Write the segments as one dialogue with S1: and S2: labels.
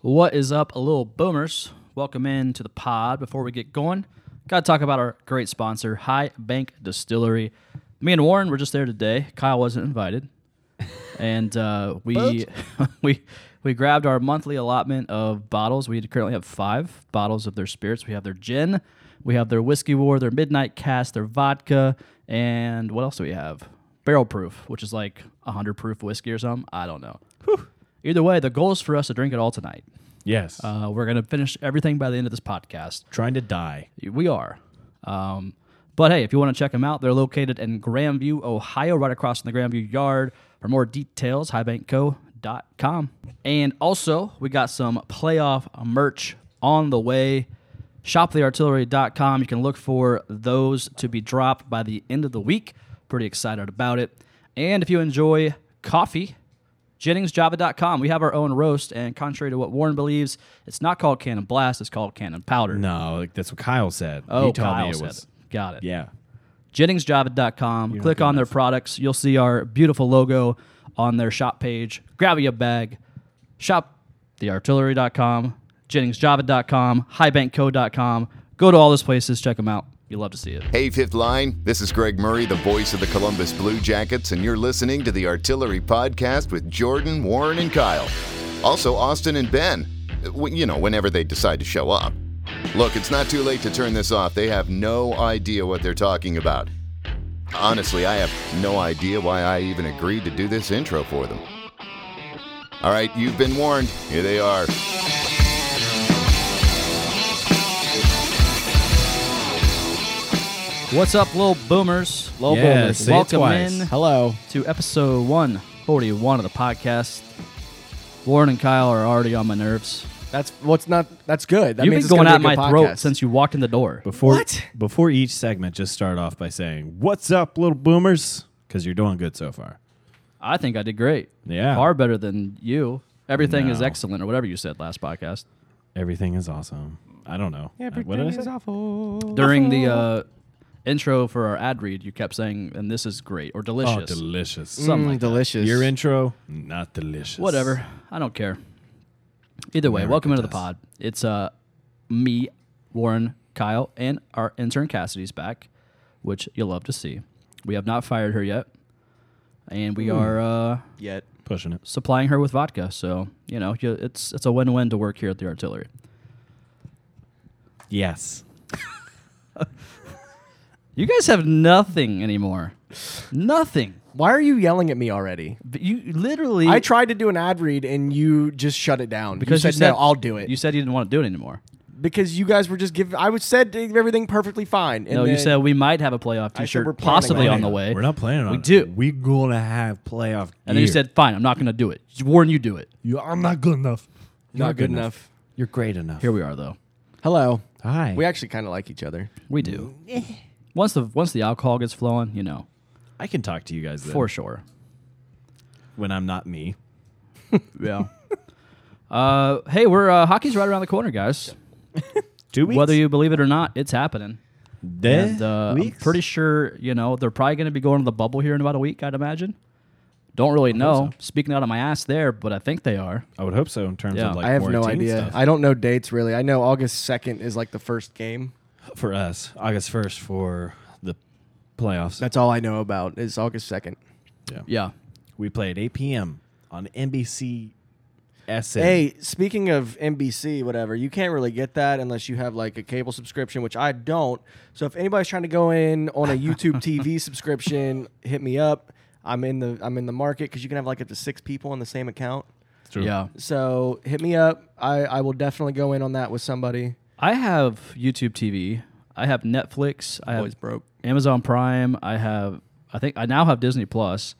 S1: What is up, a little boomers? Welcome in to the pod. Before we get going, got to talk about our great sponsor, High Bank Distillery. Me and Warren were just there today. Kyle wasn't invited, and uh, we we we grabbed our monthly allotment of bottles. We currently have five bottles of their spirits. We have their gin, we have their whiskey war, their midnight cast, their vodka, and what else do we have? Barrel proof, which is like hundred proof whiskey or something. I don't know. Either way, the goal is for us to drink it all tonight.
S2: Yes.
S1: Uh, we're going to finish everything by the end of this podcast.
S2: Trying to die.
S1: We are. Um, but hey, if you want to check them out, they're located in Grandview, Ohio, right across from the Grandview Yard. For more details, highbankco.com. And also, we got some playoff merch on the way. Shoptheartillery.com. You can look for those to be dropped by the end of the week. Pretty excited about it. And if you enjoy coffee, JenningsJava.com. We have our own roast, and contrary to what Warren believes, it's not called Cannon Blast, it's called Cannon Powder.
S2: No, like, that's what Kyle said.
S1: Oh,
S2: he told
S1: Kyle
S2: me it
S1: said
S2: was.
S1: it. Got it.
S2: Yeah.
S1: JenningsJava.com. Click
S2: good
S1: on their products. You'll see our beautiful logo on their shop page. Grab you a bag. Shop theartillery.com, JenningsJava.com, HighBankCo.com. Go to all those places. Check them out. You'll love to see it.
S3: Hey, Fifth Line. This is Greg Murray, the voice of the Columbus Blue Jackets, and you're listening to the Artillery Podcast with Jordan, Warren, and Kyle. Also, Austin and Ben. W- You know, whenever they decide to show up. Look, it's not too late to turn this off. They have no idea what they're talking about. Honestly, I have no idea why I even agreed to do this intro for them. All right, you've been warned. Here they are.
S1: What's up, little boomers? Little
S2: Yeah,
S1: boomers.
S2: say it
S1: Welcome
S2: twice.
S1: in
S2: Hello.
S1: to episode 141 of the podcast. Warren and Kyle are already on my nerves.
S4: That's what's not. That's good. That
S1: You've
S4: means
S1: been
S4: it's
S1: going
S4: gonna
S1: out
S4: be
S1: my
S4: a good
S1: throat
S4: podcast.
S1: since you walked in the door.
S2: Before
S4: What?
S2: before each segment, just start off by saying, "What's up, little boomers?" Because you're doing good so far.
S1: I think I did great.
S2: Yeah.
S1: Far better than you. Everything is
S2: No.
S1: excellent, or whatever you said last podcast.
S2: Everything is awesome. I don't know. Uh, what did I say?
S4: awful.
S1: During the uh, intro for our ad read, you kept saying, and this is great, or
S2: Oh,
S1: delicious.
S2: delicious.
S1: Something like that.
S4: delicious.
S2: Your intro, not delicious.
S1: Mm. Whatever. I don't care. Either way,
S2: America
S1: welcome into the
S2: does.
S1: pod. It's uh, me, Warren, Kyle, and our intern Cassidy's back, which you'll love to see. We have not fired her yet, and
S2: Hmm.
S1: we are uh,
S4: yet.
S2: Pushing it.
S1: supplying her with vodka. So you know, you- it's it's a win-win to work here at the artillery.
S2: Yes.
S1: You guys have nothing anymore. Nothing.
S4: Why are you yelling at me already?
S1: But You literally.
S4: I tried to do an ad read and you just shut it down.
S1: because
S4: you
S1: you
S4: said, no, I'll do it.
S1: You said you didn't want to do it anymore.
S4: because you guys were just giving. I was said everything perfectly fine. And
S1: no, you
S4: then-
S1: said we might have a playoff
S4: said we're
S1: T-shirt
S4: planning
S1: possibly
S4: on
S1: on
S4: it.
S1: the way.
S2: We're not planning on.
S1: We
S2: it.
S1: do.
S2: We're gonna have playoff.
S1: And then you
S2: gear.
S1: said, "Fine, I'm not going to do it." Warren, you do it.
S2: You- I'm not good enough.
S4: not, good enough.
S2: You're great enough.
S1: Here we are, though.
S4: Hello.
S2: Hi.
S4: We actually kind of like each other.
S1: We do.
S4: Eh.
S1: once the once the alcohol gets flowing, you know,
S2: I can talk to you guys then,
S1: for sure.
S2: when I'm not me.
S1: Yeah. uh, hey, we're uh, hockey's right around the corner, guys.
S2: Two weeks.
S1: Whether you believe it or not, it's happening. And uh, I'm
S2: Eh, weeks?
S1: pretty sure, you know, they're probably going to be going to the bubble here in about a week, I'd imagine. Don't really know. Speaking out of my ass there, but I think they are.
S2: I would hope so in terms
S1: Yeah.
S2: of like
S4: I have no
S2: quarantine
S4: idea.
S2: stuff.
S4: I don't know dates really. I know August 2nd is like the first game.
S2: for us, August first for the playoffs.
S4: That's all I know about is August 2nd.
S1: Yeah.
S2: we play at 8 p.m. on NBC. SA.
S4: Hey, speaking of NBC, whatever, you can't really get that unless you have like a cable subscription, which I don't. So if anybody's trying to go in on a YouTube TV subscription, hit me up. I'm in the I'm in the market because you can have like up to six people on the same account.
S1: Yeah.
S4: So hit me up. I, I will definitely go in on that with somebody.
S1: I have YouTube TV. I have Netflix. I have
S4: Boys broke.
S1: Amazon Prime. I have, I think I now have Disney Plus.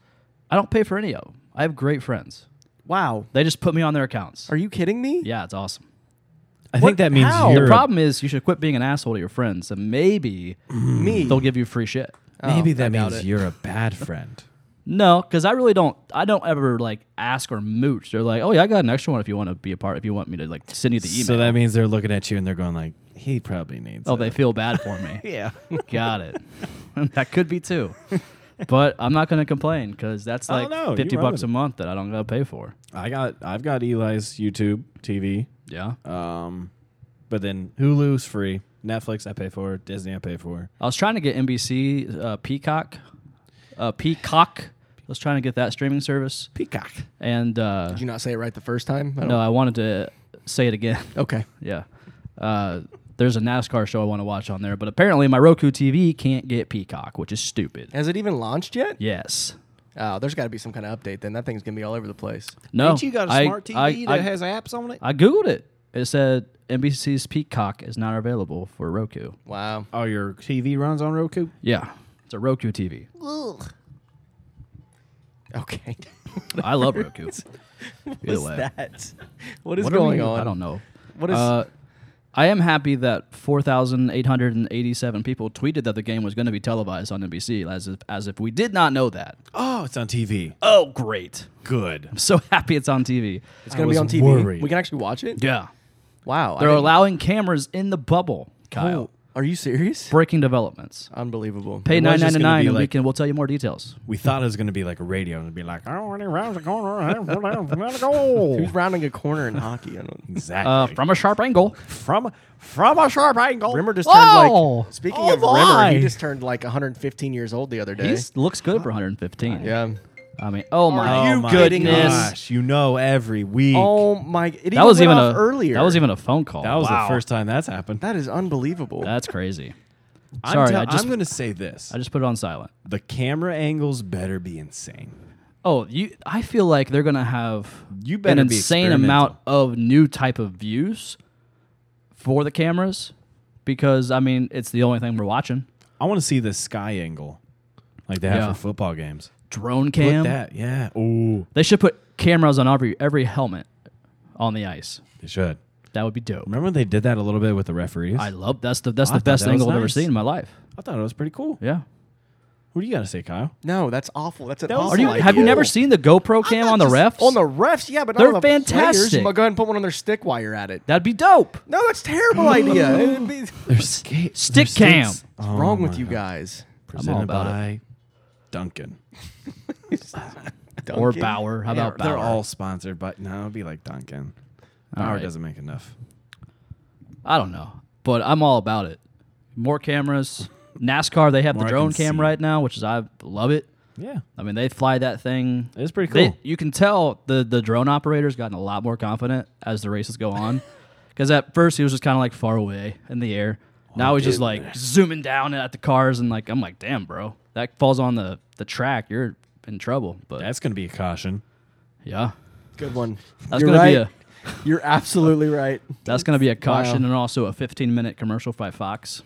S1: I don't pay for any of them. I have great friends.
S4: Wow,
S1: They just put me on their accounts.
S4: are you kidding me?
S1: Yeah, it's awesome.
S2: I
S4: What?
S2: think that means
S4: How?
S2: you're
S1: The
S2: a-
S1: problem is you should quit being an asshole to your friends, and maybe
S4: Me?
S1: they'll give you free shit.
S2: Mm, maybe
S4: Oh, I
S2: that
S4: doubt
S2: means
S4: it.
S2: you're a bad friend.
S1: No, because I really don't. I don't ever like ask or mooch. They're like, "Oh yeah, I got an extra one if you want to be a part. If you want me to like send you the email."
S2: so that means they're looking at you and they're going like, "He probably needs."
S1: oh,
S2: it.
S1: they feel bad for me.
S2: yeah.
S1: got it. that could be too. But I'm not gonna complain because that's
S2: I
S1: like
S2: don't know.
S1: fifty
S2: You're wrong
S1: bucks a
S2: with it.
S1: month that I don't gotta pay for.
S2: I got I've got Eli's YouTube TV.
S1: Yeah.
S2: Um, but then Hulu's free. Netflix I pay for. Disney I pay for.
S1: I was trying to get NBC uh, Peacock. Uh, Peacock. I was trying to get that streaming service,
S2: Peacock.
S1: and uh,
S4: Did you not say it right the first time? I don't-
S1: no, I wanted to say it again.
S4: Okay.
S1: yeah. Uh, there's a NASCAR show I want to watch on there, but apparently my Roku TV can't get Peacock, which is stupid.
S4: Has it even launched yet?
S1: Yes.
S4: Oh, there's got to be some kind of update then. That thing's going to be all over the place.
S1: No.
S2: Ain't you got a
S1: I-
S2: smart TV
S1: I-
S2: that
S1: I-
S2: has apps on it?
S1: I googled it. It said NBC's Peacock is not available for Roku.
S4: Wow.
S2: Oh, your TV runs on Roku.
S1: Yeah, it's a Roku TV.
S4: Okay.
S1: I love Roku. Either
S4: What's
S1: way,
S4: that? What is
S1: What are
S4: going
S1: we-
S4: on?
S1: I don't know.
S4: What is-
S1: Uh, I am happy that 4,887 people tweeted that the game was going to be televised on NBC, as if, as if we did not know that.
S2: Oh, it's on TV.
S1: Oh, great!
S2: Good.
S1: I'm so happy it's on TV.
S4: It's
S2: I
S4: going to
S2: was
S4: be on TV.
S2: worried.
S4: We can actually watch it?
S1: Yeah,
S4: Wow. I
S1: they're
S4: didn't-
S1: allowing cameras in the bubble. Kyle,
S4: Oh, Are you serious?
S1: breaking developments.
S4: Unbelievable.
S1: Pay
S2: It
S1: nine
S2: was just
S1: ninety
S2: gonna
S1: nine,
S2: be
S1: and we
S2: like-
S1: can. We'll tell you more details.
S2: We thought it was going to be like a radio and it'd be like, I don't want any rounds of corner. I don't want to go.
S4: Who's rounding a corner in hockey? I don't
S2: Exactly.
S1: Uh, from a sharp angle.
S2: from from a sharp angle.
S4: Rimmer just turned
S1: Whoa!
S4: like. Speaking
S2: Oh
S4: of Rimmer,
S2: my.
S4: he just turned like 115 years old the other day.
S1: He looks good for 115.
S4: yeah.
S1: I mean, oh my,
S4: you
S2: oh my
S4: kidding
S1: goodness.
S2: gosh! You know every week.
S4: Oh my! It
S1: That was even a
S4: earlier.
S1: That was even a phone call.
S2: that was
S1: Wow.
S2: the first time that's happened.
S4: That is unbelievable.
S1: That's crazy.
S2: I'm
S1: Sorry,
S2: tell-
S1: I just-
S2: I'm going to say this:
S1: I just put it on silent.
S2: the camera angles better be insane.
S1: Oh, you! I feel like they're gonna have
S2: You
S1: an
S2: better be
S1: insane amount of new type of views for the cameras because I mean it's the only thing we're watching.
S2: I want to see the sky angle, like they have
S1: Yeah.
S2: for football games.
S1: Drone
S2: Put
S1: cam.
S2: that, yeah. Ooh,
S1: They should put cameras on every every helmet on the ice.
S2: they should.
S1: That would be dope.
S2: Remember when they did that a little bit with the referees?
S1: I love that's the that's
S2: I
S1: the
S2: thought
S1: best
S2: that was
S1: angle I've ever
S2: nice.
S1: seen in my life.
S2: I thought it was pretty cool.
S1: Yeah.
S2: What do you got to say, Kyle?
S4: no, that's awful. That's an
S2: was-
S4: awful
S1: Are you
S4: idea.
S1: have you never seen the GoPro cam on the refs?
S4: on the refs? Yeah, but not
S1: They're
S4: on the players.
S1: fantastic.
S4: But go ahead and put one on their stick while you're at it.
S1: That'd be dope.
S4: No, that's a terrible idea. It'd be- What's
S2: Skate,
S1: Stick cam.
S4: wrong with you guys?
S2: Oh Presented
S1: about it.
S2: by Duncan.
S1: Or
S4: Duncan?
S1: Bauer. How about
S2: they're,
S1: Bauer?
S2: they're all sponsored, but no, it'd be like Duncan. Power
S1: right.
S2: doesn't make enough.
S1: I don't know, but I'm all about it. More cameras. NASCAR, they have
S2: More
S1: the
S2: I
S1: drone
S2: can
S1: cam
S2: see.
S1: right now, which is I love it.
S2: Yeah,
S1: I mean, they fly that thing.
S2: it's pretty
S1: They-
S2: cool.
S1: you can tell the the drone operator's gotten a lot more confident as the races go on, because at first he was just kind of like far away in the air.
S4: Oh,
S1: Now he's just like zooming down at the cars and like I'm like, damn, bro, that falls on the the track, you're in trouble. But
S2: That's gonna be a caution.
S1: yeah,
S4: Good one.
S1: that's
S4: you're
S1: gonna
S4: right.
S1: be a
S4: You're absolutely right.
S1: that's gonna be a caution
S4: Wow. Mm.
S1: and also a 15 minute commercial by Fox.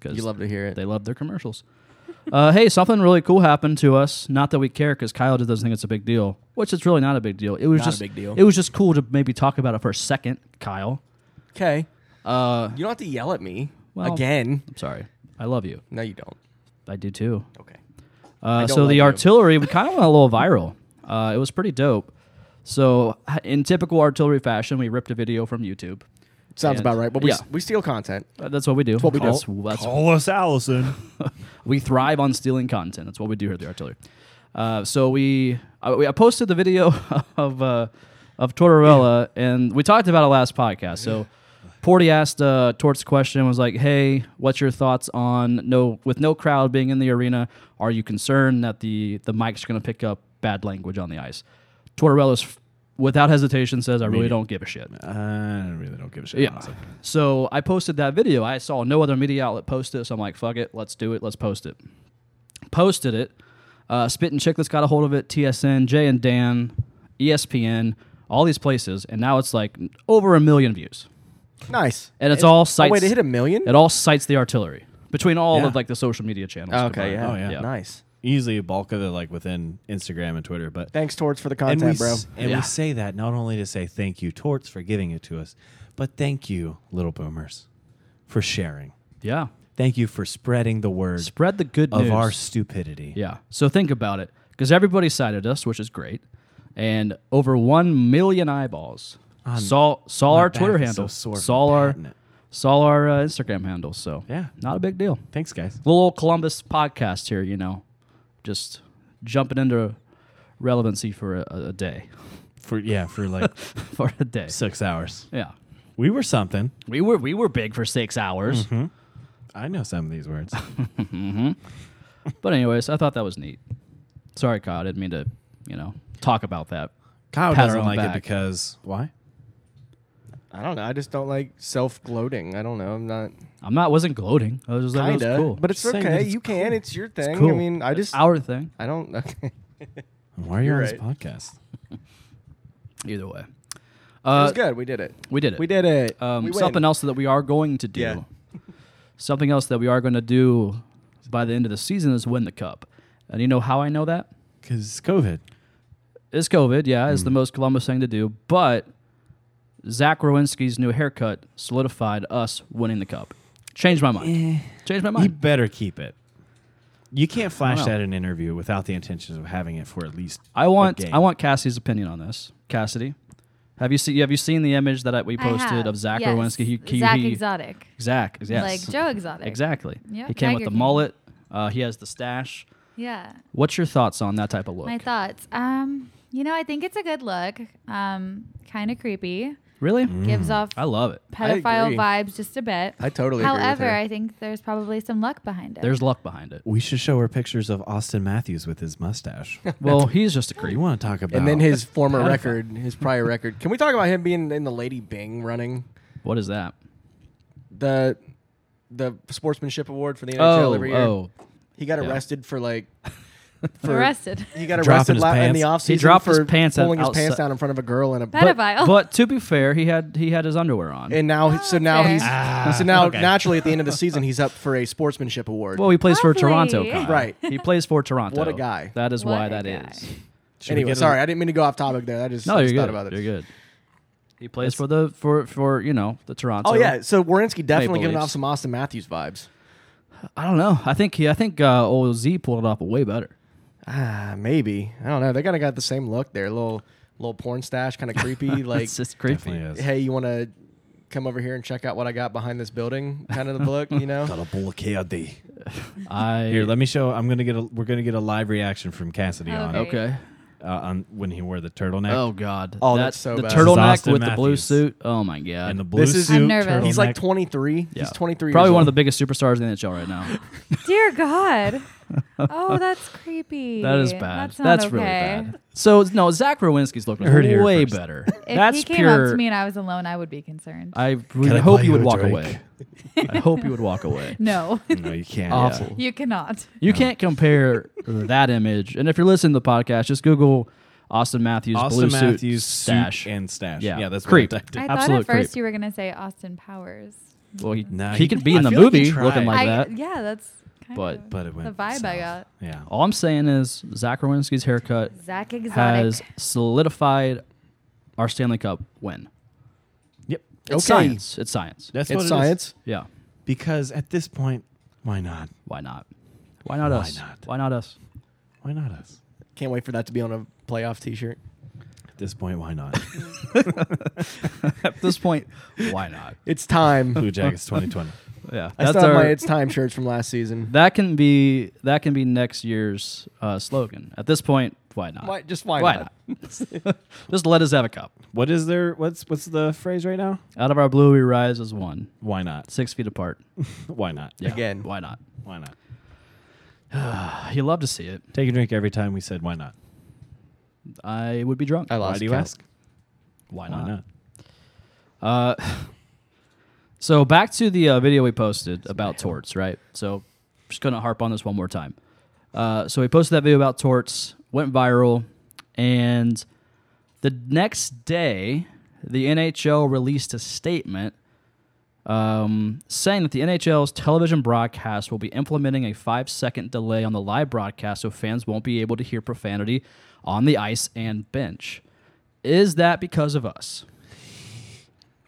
S1: Because
S4: You love to hear it.
S1: They love their commercials. uh, hey, something really cool happened to us. Not that we care, because Kyle just doesn't think it's a big deal, which it's really not a big deal. It was
S4: Not a
S1: just
S4: big deal.
S1: It was just cool to maybe talk about it for a second, Kyle.
S4: Okay.
S1: Uh,
S4: You don't have to yell at me
S1: Well-
S4: again.
S1: I'm sorry, I love you.
S4: No, you don't.
S1: I do too.
S4: Okay.
S1: Uh,
S4: don't
S1: so the
S4: love you.
S1: artillery, we kind of went a little viral. Uh, it was pretty dope. So h- in typical artillery fashion, we ripped a video from YouTube.
S4: Sounds
S1: And-
S4: about right. But we
S1: yeah.
S4: we steal content.
S1: Uh, that's what we do. That's
S4: what we do.
S1: that's
S2: Call us Allison.
S1: We thrive on stealing content. That's what we do here at the Artillery. Uh, so we, I, we, I posted the video of uh, of Tortorella, and we talked about it last podcast. So Porty asked uh, Tort's question was like, "Hey, what's your thoughts on no with no crowd being in the arena? Are you concerned that the the mics are going to pick up bad language on the ice?" Tortorella's f- without hesitation says, "I really don't give a shit."
S2: I really don't give a shit. honestly.
S1: So I posted that video. I saw no other media outlet post it, so I'm like, fuck it, let's do it, let's post it. Posted it. Uh, Spit and Chicklets got a hold of it. TSN, Jay and Dan, E ESPN, all these places, and now it's like over a million views,
S4: Nice.
S1: and it's, all
S4: Oh
S1: sites.
S4: wait, it hit a million.
S1: It all cites the artillery between all
S2: Yeah.
S1: of like the social media channels.
S4: Okay.
S1: combined.
S4: Yeah.
S2: Oh, yeah.
S4: Nice.
S2: Easily a bulk of it, like within Instagram and Twitter. But
S4: Thanks, Torts, for the
S2: and we
S4: content, bro.
S2: s- and
S1: Yeah.
S2: we say that not only to say thank you, Torts, for giving it to us, but thank you, little boomers, for sharing.
S1: yeah.
S2: Thank you for spreading the word
S1: Spread the good
S2: of
S1: news.
S2: our stupidity.
S1: Yeah. So think about it, because everybody cited us, which is great, and over one million eyeballs saw saw
S2: my
S1: our
S2: back
S1: Twitter
S2: is so
S1: handle,
S2: sore from
S1: saw our
S2: patting it.
S1: saw our uh, Instagram handle. So
S2: Yeah.
S1: not a big deal.
S2: Thanks, guys.
S1: Little old Columbus podcast here, you know, just jumping into relevancy for a, a day.
S2: for yeah for like
S1: for a day.
S2: six hours.
S1: yeah,
S2: We were something.
S1: we were we were big for six hours.
S4: Mm-hmm.
S2: I know some of these words.
S1: But anyways, I thought that was neat. Sorry, Kyle, I didn't mean to you know talk about that.
S2: Kyle
S1: Pat her
S2: doesn't
S1: on
S2: like
S1: back.
S2: it because why?
S4: I don't know. I just don't like self gloating. I don't know. I'm not
S1: I'm not wasn't gloating. I was just like, it was
S4: kinda,
S1: cool.
S4: but it's
S2: Just saying
S4: okay.
S2: that it's
S4: you can. It's your thing.
S1: cool.
S4: I mean, I just
S1: our thing.
S4: I don't. Okay.
S2: Why are you
S4: You're
S2: on
S4: right.
S2: this podcast?
S1: Either way,
S4: it
S1: uh,
S4: was good. We did it.
S1: we did it.
S4: We did it.
S1: Um,
S4: we win.
S1: something else that we are going to do.
S4: Yeah.
S1: something else that we are going to do by the end of the season is win the cup. And you know how I know that?
S2: Because COVID.
S1: It's COVID. Yeah, it's the
S4: Hmm.
S1: most Columbus thing to do. But Zach Rowinski's new haircut solidified us winning the cup. Changed my
S4: Eh.
S1: mind. Changed my
S2: You
S1: mind.
S2: better keep it. You can't flash
S1: know.
S2: that in an interview without the intentions of having it for at least.
S1: I want
S2: game.
S1: I want Cassie's opinion on this. Cassidy, have you seen have you seen the image that I, we
S5: I have,
S1: posted of Zach
S5: yes.
S1: Rowinski? He, he-
S5: Zach
S1: he-
S5: Exotic.
S1: Zach, yes,
S5: Like Joe Exotic.
S1: exactly.
S5: Yeah,
S1: he came with
S5: Tiger
S1: the
S5: King.
S1: mullet. Uh, he has the stash.
S5: Yeah.
S1: What's your thoughts on that type of look?
S5: My thoughts. Um, you know, I think it's a good look. Um, kind of creepy.
S1: really,
S4: Mm.
S5: Gives off
S1: I love it.
S5: pedophile
S4: agree.
S5: vibes just a bit.
S4: I totally agree with
S5: However,
S4: her.
S5: I think there's probably some luck behind it.
S1: There's luck behind it.
S2: We should show her pictures of Austin Matthews with his mustache.
S1: Well, he's just a
S2: you
S1: creep.
S2: want to talk about?
S4: and then his former
S1: Pedophile.
S4: record, his prior record. Can we talk about him being in the Lady Bing running
S1: What is that?
S4: the the sportsmanship award for the NHL
S1: Oh,
S4: every year?
S1: oh,
S4: He got arrested for like for
S5: arrested.
S4: He got
S2: Dropping
S4: arrested
S2: his
S4: la- in
S2: pants.
S4: the
S2: He
S4: offseason.
S1: dropped
S4: for
S1: his pants out-
S4: pulling his pants
S1: outside.
S4: down in front of a girl and a
S1: but,
S5: Pedophile.
S1: but to be fair, he had he had his underwear on.
S4: and now so now
S5: fair.
S4: he's
S1: Ah.
S4: so now
S2: okay.
S4: naturally at the end of the season he's up for a sportsmanship award.
S1: well, he plays for Toronto,
S5: Lovely.
S1: Kyle.
S4: Right.
S1: He plays for Toronto.
S4: What a guy.
S1: That is
S5: What
S1: why
S5: a
S1: that is.
S5: guy.
S2: Should we
S4: anyway,
S2: get a-
S4: sorry, I didn't mean to go off topic there. I just,
S1: No,
S4: I
S1: you're
S4: just
S1: good.
S4: thought about it.
S1: You're good. He plays for the for for you know the Toronto.
S4: Oh yeah, so Warinsky definitely giving
S1: Leafs.
S4: off some Austin Matthews vibes.
S1: I don't know. I think he. I think uh, old Z pulled it off way better.
S4: Ah, maybe I don't know. They kind of got the same look there. Little little porn stash, kind of creepy. like,
S1: it's just creepy.
S2: Definitely is.
S4: hey, you want to come over here and check out what I got behind this building? Kind of the look, you know.
S2: Got a bowl of KOD.
S1: I
S2: Here, let me show. I'm gonna get a. We're gonna get a live reaction from Cassidy on
S5: Oh, Okay.
S2: it.
S1: okay.
S2: Uh, on when he wore the turtleneck
S1: Oh god.
S4: Oh,
S1: That-
S4: that's so
S1: the
S4: bad.
S1: turtleneck
S2: Austin
S1: with the blue
S2: Matthews.
S1: suit. Oh my god.
S2: and the blue
S4: This is-
S2: suit.
S5: I'm nervous.
S4: He's like
S2: turtleneck.
S4: 23.
S1: Yeah.
S4: He's 23.
S1: Probably
S4: years
S1: one of
S4: old.
S1: the biggest superstars in the NHL right now.
S5: Dear God. Oh, that's creepy.
S1: That is bad.
S5: That's,
S1: That's,
S5: not okay.
S1: really bad. So no, Zach Rowinski's look was
S2: heard it here
S1: way
S2: first.
S1: better.
S5: If
S1: That's
S5: he came
S1: pure.
S5: up to me and I was alone, I would be concerned.
S1: I would
S2: I
S1: hope
S2: buy
S1: you would
S2: you a
S1: walk
S2: drink?
S1: away. I hope you would walk away.
S5: no,
S2: no, you can't.
S1: Awful.
S5: you cannot.
S1: You can't compare that image. And if you're listening to the podcast, just Google Austin Matthews blue
S2: Austin Matthews
S1: suit
S2: suit
S1: stash.
S2: and stash.
S1: Yeah.
S2: Yeah, that's
S1: Creep.
S2: What I typed in.
S5: I thought
S1: Absolute
S5: at first
S1: creep.
S5: you were gonna say Austin Powers.
S1: well, he,
S2: Nah,
S1: he
S2: he-
S1: could be in the
S2: I feel like he
S1: movie
S2: tried.
S1: looking like
S5: I,
S1: that.
S5: Yeah, that's kind
S1: But-
S5: of
S2: but it went
S5: the vibe I
S2: south.
S5: got.
S2: Yeah.
S1: All I'm saying is Zach Rowinski's haircut
S5: Zach Exotic.
S1: has solidified our Stanley Cup win.
S2: Yep.
S1: It's
S4: Okay.
S1: science. It's science.
S2: That's what it
S4: It's
S2: is.
S4: science.
S1: yeah.
S2: Because at this point, why not?
S1: Why not? Why not
S2: Why
S1: us?
S2: not?
S1: Why not us?
S2: Why not us?
S4: Can't wait for that to be on a playoff T-shirt.
S2: At this point, why not?
S1: At this point, why not?
S4: It's time.
S2: Blue Jackets 2020.
S1: Yeah.
S4: I still have my "It's Time" shirts from last season.
S1: That can be that can be next year's uh, slogan. At this point, why not?
S4: Why- just why not?
S1: not? just let us have a cup.
S2: What is their what's what's the phrase right now?
S1: Out of our blue, we rise as one,
S2: Why not?
S1: six feet apart.
S2: Why not?
S1: Yeah,
S4: Again.
S1: why not? Uh,
S2: Why not?
S1: You love to see it.
S2: Take a drink every time we said why not.
S1: I would be drunk.
S4: I lost
S2: Why do you
S4: count.
S2: ask?
S1: Why
S2: Why
S1: not?
S2: not?
S1: Uh, So back to the uh, video we posted about torts, right? So just gonna harp on this one more time. Uh, so we posted that video about torts, went viral, and the next day, the NHL released a statement um, saying that the NHL's television broadcast will be implementing a five-second delay on the live broadcast, so fans won't be able to hear profanity on the ice and bench. Is that because of us?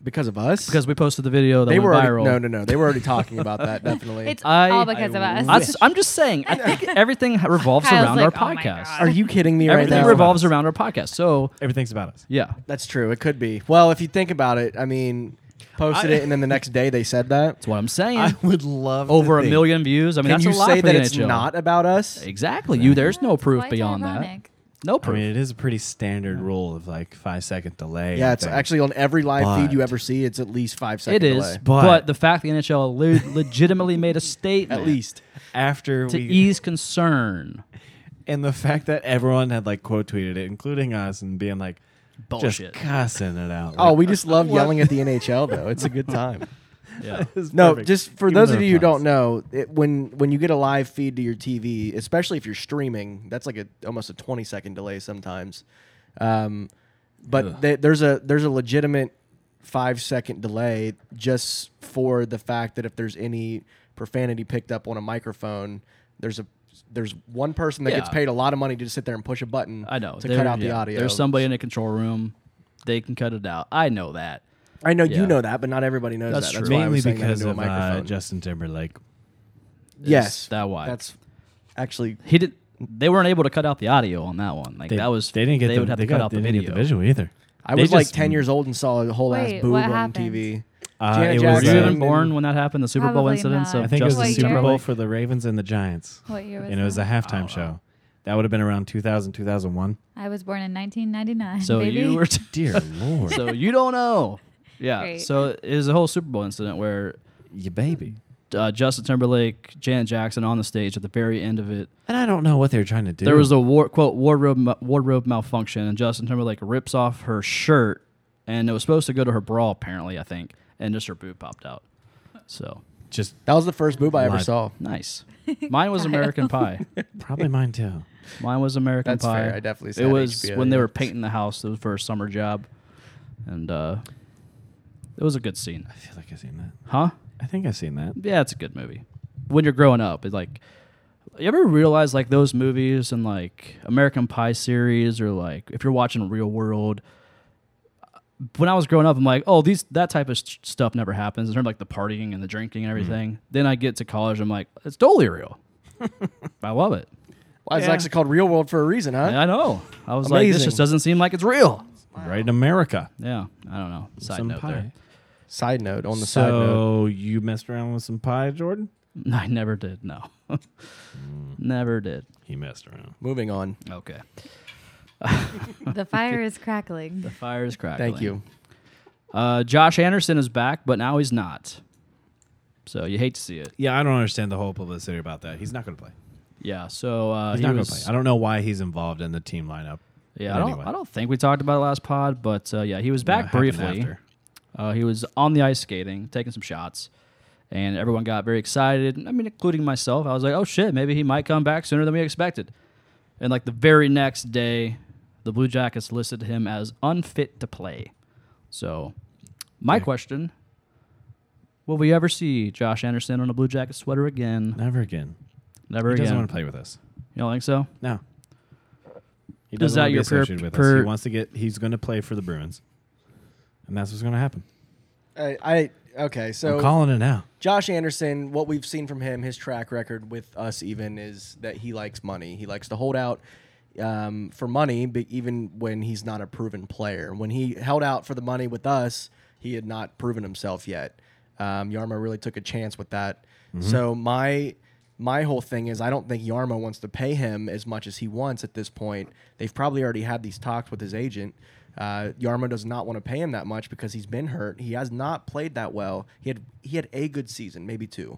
S4: because of us.
S1: Because we posted the video that
S4: they
S1: went
S4: were already,
S1: viral.
S4: no, no, no. They were already talking about that. Definitely.
S5: It's
S1: I-
S5: all because
S4: I
S5: of
S1: I
S5: us.
S1: s- I'm just saying. I think everything revolves
S5: Kyle's
S1: around
S5: like,
S1: our
S5: "Oh my
S1: podcast.
S5: God."
S4: Are you kidding me right
S1: everything
S4: now?
S1: revolves around our podcast. So
S2: Everything's about us.
S1: yeah,
S4: That's true. It could be. Well, if you think about it, I mean, posted
S2: I-
S4: it and then the next day they said that.
S1: that's what I'm saying.
S2: I would love to
S1: Over a
S2: think-
S1: million views. I mean,
S4: Can
S1: that's
S4: you
S1: a lot
S4: say
S1: for the
S4: that it's
S1: NHL.
S4: not about us?
S1: exactly you. There's no proof
S5: Quite
S1: beyond that.
S5: ironic.
S1: No
S2: I
S1: proof.
S2: mean, it is a pretty standard rule of like five second delay.
S4: Yeah,
S2: and
S4: it's
S2: things.
S4: actually on every live feed you
S2: But-
S4: ever see. It's at least five
S1: it
S4: seconds.
S1: is,
S2: But-
S1: but, the fact the NHL le- legitimately made a statement
S4: at least.
S2: after
S1: to
S2: we
S1: ease concern.
S2: and the fact that everyone had like quote tweeted it, including us, and being like
S1: Bullshit.
S2: just cussing it out.
S4: Oh,
S2: Like,
S4: we just love yelling at the NHL though. It's a good time.
S1: Yeah.
S2: it's
S4: No,
S2: perfect.
S4: just for
S2: Give
S4: those
S2: them
S4: of you who
S2: applause.
S4: don't know, it, when when you get a live feed to your TV, especially if you're streaming, that's like a almost a 20 second delay sometimes. Um, but th- there's a there's a legitimate five second delay just for the fact that if there's any profanity picked up on a microphone, there's a there's one person that gets
S1: Yeah.
S4: paid a lot of money to just sit there and push a button.
S1: I know.
S4: to
S1: There-
S4: cut out the
S1: yeah,
S4: audio.
S1: There's somebody in a control room. They can cut it out. I know that.
S4: I know
S1: yeah.
S4: you know that, but not everybody knows
S1: That's
S4: that. That's
S1: true.
S4: why I
S2: mainly
S4: was saying
S2: because
S4: that into a
S2: of uh,
S4: microphone.
S2: Justin Timberlake.
S1: It's
S4: yes,
S1: that wide.
S4: That's actually
S1: He did. They weren't able to cut out the audio on that one. Like
S2: They,
S1: that was
S2: they didn't get
S1: They
S2: the,
S1: would have
S2: they
S1: to cut
S2: got-
S1: out
S2: they
S1: the
S2: didn't
S1: video.
S2: get the visual either.
S4: I
S2: They
S4: was like
S2: just-
S4: 10 years old and saw a whole ass
S5: Wait,
S4: boob
S5: what
S4: on
S5: happened?
S4: TV.
S2: Uh,
S4: Janet
S2: it
S1: Were
S2: was,
S1: you
S4: Jackson.
S2: uh,
S1: even born when that happened? The Super Bowl
S5: Probably
S1: incidents
S5: not.
S1: of
S2: I think it was
S1: Justin
S2: the
S5: What year?
S2: Super Bowl
S1: Timberlake.
S2: for the Ravens and the Giants.
S5: What year was
S2: and it was a
S5: that?
S1: Oh,
S2: halftime show. That would have been around 2000, 2001.
S5: I was born in 1999.
S1: So
S5: baby.
S1: you were.
S2: Dear Lord.
S1: so you don't know. Yeah.
S5: Great.
S1: So it was a whole Super Bowl incident where
S2: you baby.
S1: uh, Justin Timberlake, Janet Jackson on the stage at the very end of it.
S2: And I don't know what they were trying to do.
S1: There was a war, quote wardrobe ma- wardrobe malfunction, and Justin Timberlake rips off her shirt, and it was supposed to go to her bra apparently, I think, and just her boob popped out. So
S2: just
S4: That was the first boob I ever
S2: Live.
S4: saw.
S1: nice. Mine was American Pie.
S2: probably mine too.
S1: Mine was American
S4: That's
S1: Pie.
S4: fair. I definitely
S1: it
S4: said
S1: was
S4: HBO,
S1: when they
S4: yeah.
S1: were painting the house. It was for a summer job, and uh, it was a good scene,
S2: I feel like I've seen that.
S1: huh?
S2: I think I've seen that.
S1: Yeah, it's a good movie. When you're growing up, it's like you ever realize like those movies and like American Pie series or like if you're watching Real World. When I was growing up, I'm like, oh, these that type of st- stuff never happens in terms of like the partying and the drinking and everything.
S4: Mm-hmm.
S1: Then I get to college, I'm like, it's totally real. I love it.
S4: Why is it
S2: Yeah.
S4: actually called Real World for a reason, huh?
S1: I know. I was like, this
S4: Amazing.
S1: just doesn't seem like it's real.
S2: Right in America.
S1: Yeah, I don't know. Side
S2: some
S1: note
S2: pie.
S1: there.
S4: Side note on the side note.
S2: So you messed around with some pie, Jordan?
S1: I never did. No, never did.
S2: He messed around.
S4: Moving on.
S1: Okay.
S5: the fire is crackling.
S1: Fire is crackling.
S4: Thank you.
S1: Uh, Josh Anderson is back, but now he's not. So you hate to see it.
S2: Yeah, I don't understand the whole publicity about that. He's not going to play.
S1: Yeah. So uh,
S2: He's
S1: he
S2: not going to play.
S1: was-
S2: I don't know why he's involved in the team lineup.
S1: yeah, I don't.
S2: anyway.
S1: I don't think we talked about it last pod, but uh, yeah, he was back
S2: What happened
S1: briefly.
S2: after?
S1: Uh, he was on the ice skating, taking some shots, and everyone got very excited. I mean, including myself. I was like, "Oh shit, maybe he might come back sooner than we expected." And like the very next day, the Blue Jackets listed him as unfit to play. So, my question: Will we ever see Josh Anderson on a Blue Jacket sweater again?
S2: Never again.
S1: Never
S2: He
S1: again.
S2: doesn't want to play with us.
S1: You don't think so?
S2: No. He
S1: Is
S2: doesn't
S1: that
S2: want to be
S1: your per-
S2: associated with us.
S1: per-
S2: He wants to get. He's going to play for the Bruins, and that's what's going to happen.
S4: I, I okay.
S2: I'm
S4: So
S2: calling it now.
S4: Josh Anderson, what we've seen from him, his track record with us even is that he likes money. He likes to hold out um, for money, but even when he's not a proven player. When he held out for the money with us, he had not proven himself yet. Um, Yarmo really took a chance with that.
S2: Mm-hmm.
S4: So my my whole thing is I don't think Yarmo wants to pay him as much as he wants at this point. They've probably already had these talks with his agent. Uh, Yarmo does not want to pay him that much because he's been hurt. He has not played that well. He had he had a good season, maybe two.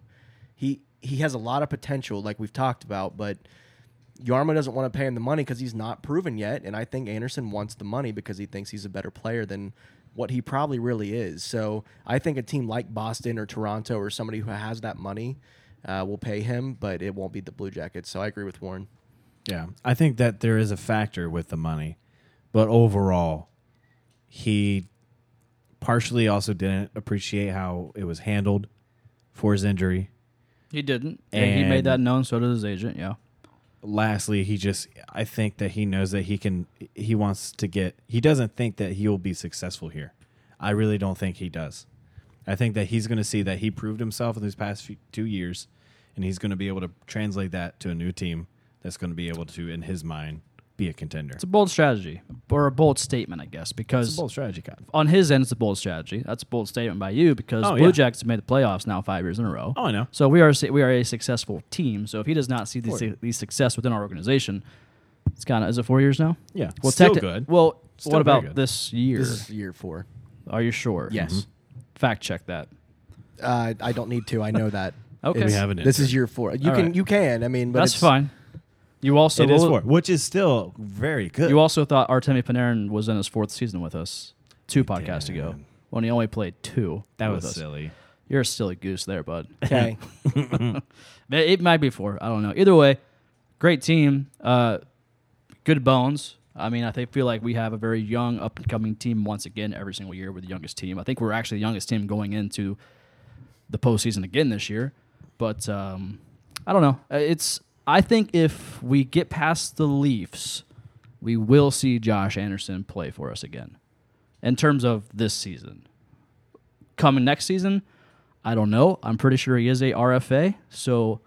S4: He he has a lot of potential, like we've talked about, but Yarmo doesn't want to pay him the money because he's not proven yet, and I think Anderson wants the money because he thinks he's a better player than what he probably really is. So I think a team like Boston or Toronto or somebody who has that money uh, will pay him, but it won't be the Blue Jackets. So I agree with Warren.
S2: Yeah, I think that there is a factor with the money, but overall, he partially also didn't appreciate how it was handled for his injury.
S1: He didn't, and, he made
S2: And-
S1: that known. So did his agent. Yeah.
S2: Lastly, he just I think that he knows that he can he wants to get he doesn't think that he will be successful here. I really don't think he does. I think that he's going to see that he proved himself in these past few, 2 years and he's going to be able to translate that to a new team that's going to be able to in his mind be a contender.
S1: It's a bold strategy or a bold statement, I guess, because
S2: strategy, Cotton.
S1: on his end, it's a bold strategy. That's a bold statement by you because
S2: Oh,
S1: Blue
S2: yeah.
S1: Jackets have made the playoffs now five years in a row.
S2: Oh, I know.
S1: So we are a- we are a successful team. So if he does not see the, su- the success within our organization, It's kind of is it four years now?
S2: Yeah, still
S1: techni-
S2: good.
S1: Well,
S2: Still
S1: what
S2: very
S1: about
S2: good.
S1: this year?
S6: This is year four.
S1: Are you sure?
S6: Yes.
S1: Fact check that.
S6: Uh, I don't need to. I know that.
S1: Okay.
S2: We have an
S6: This is
S2: intern.
S6: year four. You
S1: All
S6: can.
S1: right.
S6: You can. I mean, but
S1: That's
S6: it's-
S1: fine. You also
S2: It is
S1: well,
S2: four, which is still very good.
S1: you also thought Artemi Panarin was in his fourth season with us two podcasts
S2: did.
S1: ago when he only played two.
S2: that
S1: with
S2: was
S1: us.
S2: silly.
S1: You're a silly goose there, bud.
S6: Okay.
S1: Ma- It might be four. I don't know. Either way, great team. Uh, good bones. I mean, I think feel like we have a very young, up and coming team once again every single year. We're the youngest team. I think we're actually the youngest team going into the postseason again this year. But um, I don't know. Uh, It's I think if we get past the Leafs, we will see Josh Anderson play for us again. In terms of this season, coming next season, I don't know. I'm pretty sure he is a RFA, so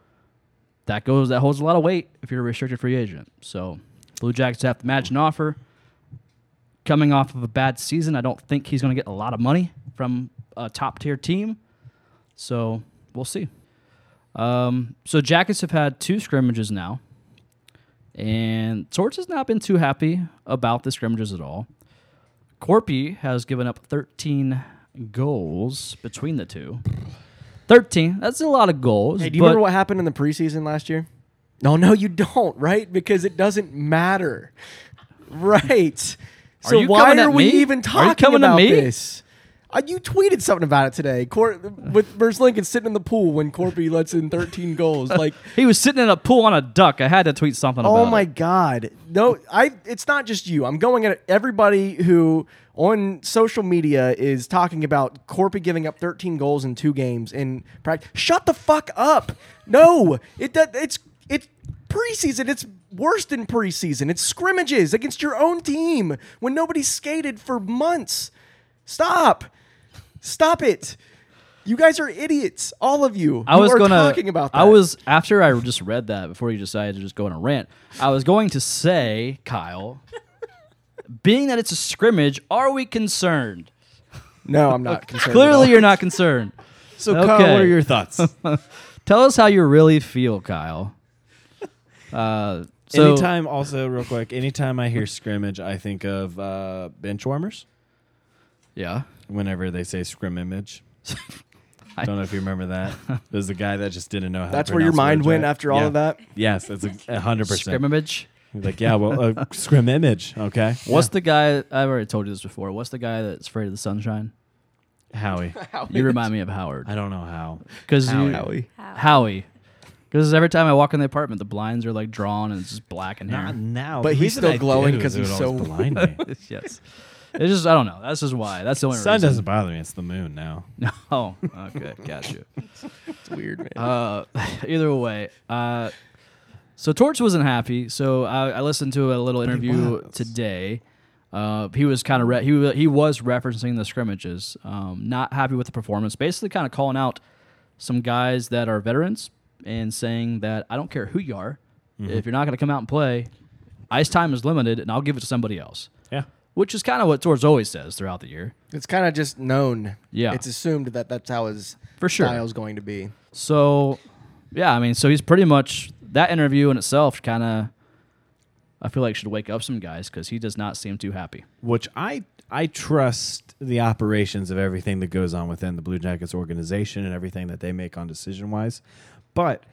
S1: that goes that holds a lot of weight if you're a restricted free agent. So Blue Jackets have to match an offer. Coming off of a bad season, I don't think he's going to get a lot of money from a top tier team. So we'll see. Um, so Jackets have had two scrimmages now, and Torts has not been too happy about the scrimmages at all. Corpy has given up 13 goals between the two. 13. That's a lot of goals.
S4: Hey, do you
S1: but-
S4: remember what happened in the preseason last year? No, no, you don't, right? Because it doesn't matter, right? so
S1: you
S4: why
S1: coming at
S4: are we
S1: me? Are you
S4: even talking
S1: coming at
S4: about
S1: me?
S4: this? Uh, you tweeted something about it today. Cor- with Verse Lincoln sitting in the pool when Corby lets in 13 goals. Like,
S1: He was sitting in a pool on a duck. I had to tweet something about
S4: Oh my
S1: it.
S4: god. No, I it's not just you. I'm going at everybody who on social media is talking about Corpy giving up 13 goals in two games in practice. Shut the fuck up. No. It does it's it's preseason. It's worse than preseason. It's scrimmages against your own team when nobody skated for months. Stop. Stop it. You guys are idiots, all of you.
S1: I
S4: You
S1: was
S4: are
S1: going to
S4: talking about that.
S1: I was after I just read that before you decided to just go on a rant. I was going to say, Kyle, being that it's a scrimmage, are we concerned?
S4: No, I'm not concerned. at all.
S1: Clearly, you're not concerned.
S2: So, Kyle, what
S1: Okay.
S2: are your thoughts?
S1: Tell us how you really feel, Kyle. Uh, so
S2: anytime, also real quick, anytime I hear scrimmage, I think of uh, bench warmers.
S1: yeah,
S2: Whenever they say scrimmage, I don't know if you remember that. There's a guy that just didn't know how.
S4: That's
S2: to
S4: where your
S2: pronounce
S4: mind
S2: words
S4: went
S2: right.
S4: after all
S2: Yeah.
S4: of that.
S2: Yes, it's a hundred percent.
S1: scrimmage.
S2: He's like, yeah, well, uh, scrim image. Okay.
S1: What's the guy? I've already told you this before. What's the guy that's afraid of the sunshine?
S2: the Howie?
S1: You remind me of Howard.
S2: I don't know how.
S1: Because
S2: Howie.
S1: Howie. Howie. Because every time I walk in the apartment, the blinds are like drawn and it's just black in
S2: Not
S1: here.
S2: now.
S6: But
S2: The
S6: he's
S2: reason
S6: still
S2: I did
S6: glowing
S2: was
S6: 'cause
S2: it would
S6: he's
S2: always
S6: so-
S2: blind me.
S1: yes. It's just I don't know. That's just why. That's the only
S2: Sun
S1: reason.
S2: doesn't bother me. It's the moon now.
S1: Oh, okay, got you.
S4: It's weird, man.
S1: Uh, either way, uh, so Torch wasn't happy. So I, I listened to a little interview today. Uh, he was kind of re- he wa- he was referencing the scrimmages. Um, not happy with the performance. Basically, kind of calling out some guys that are veterans and saying that I don't care who you are, if you're not going to come out and play, ice time is limited, and I'll give it to somebody else.
S2: Yeah.
S1: Which is kind of what Torch always says throughout the year.
S6: It's kind of just known.
S1: Yeah.
S6: It's assumed that that's how his
S1: For sure.
S6: style's going to be.
S1: So, yeah, I mean, so he's pretty much that interview in itself kind of, I feel like should wake up some guys because he does not seem too happy.
S2: which I I trust the operations of everything that goes on within the Blue Jackets organization and everything that they make on decision wise, but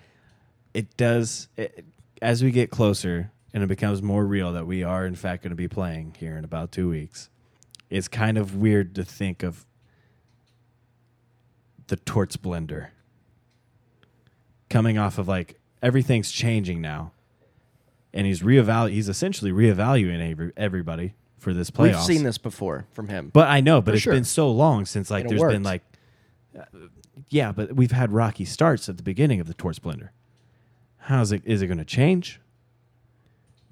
S2: it does it, as we get closer and it becomes more real that we are in fact going to be playing here in about two weeks. It's kind of weird to think of the Torts blender coming off of like everything's changing now. And he's reevalu he's essentially reevaluating every- everybody for this playoffs.
S4: We've seen this before from him.
S2: But I know, but it's
S4: sure.
S2: been so long since like
S4: And it
S2: there's been
S4: worked.
S2: like, uh, yeah, but we've had rocky starts at the beginning of the Torch Blender. How's it? Is it going to change?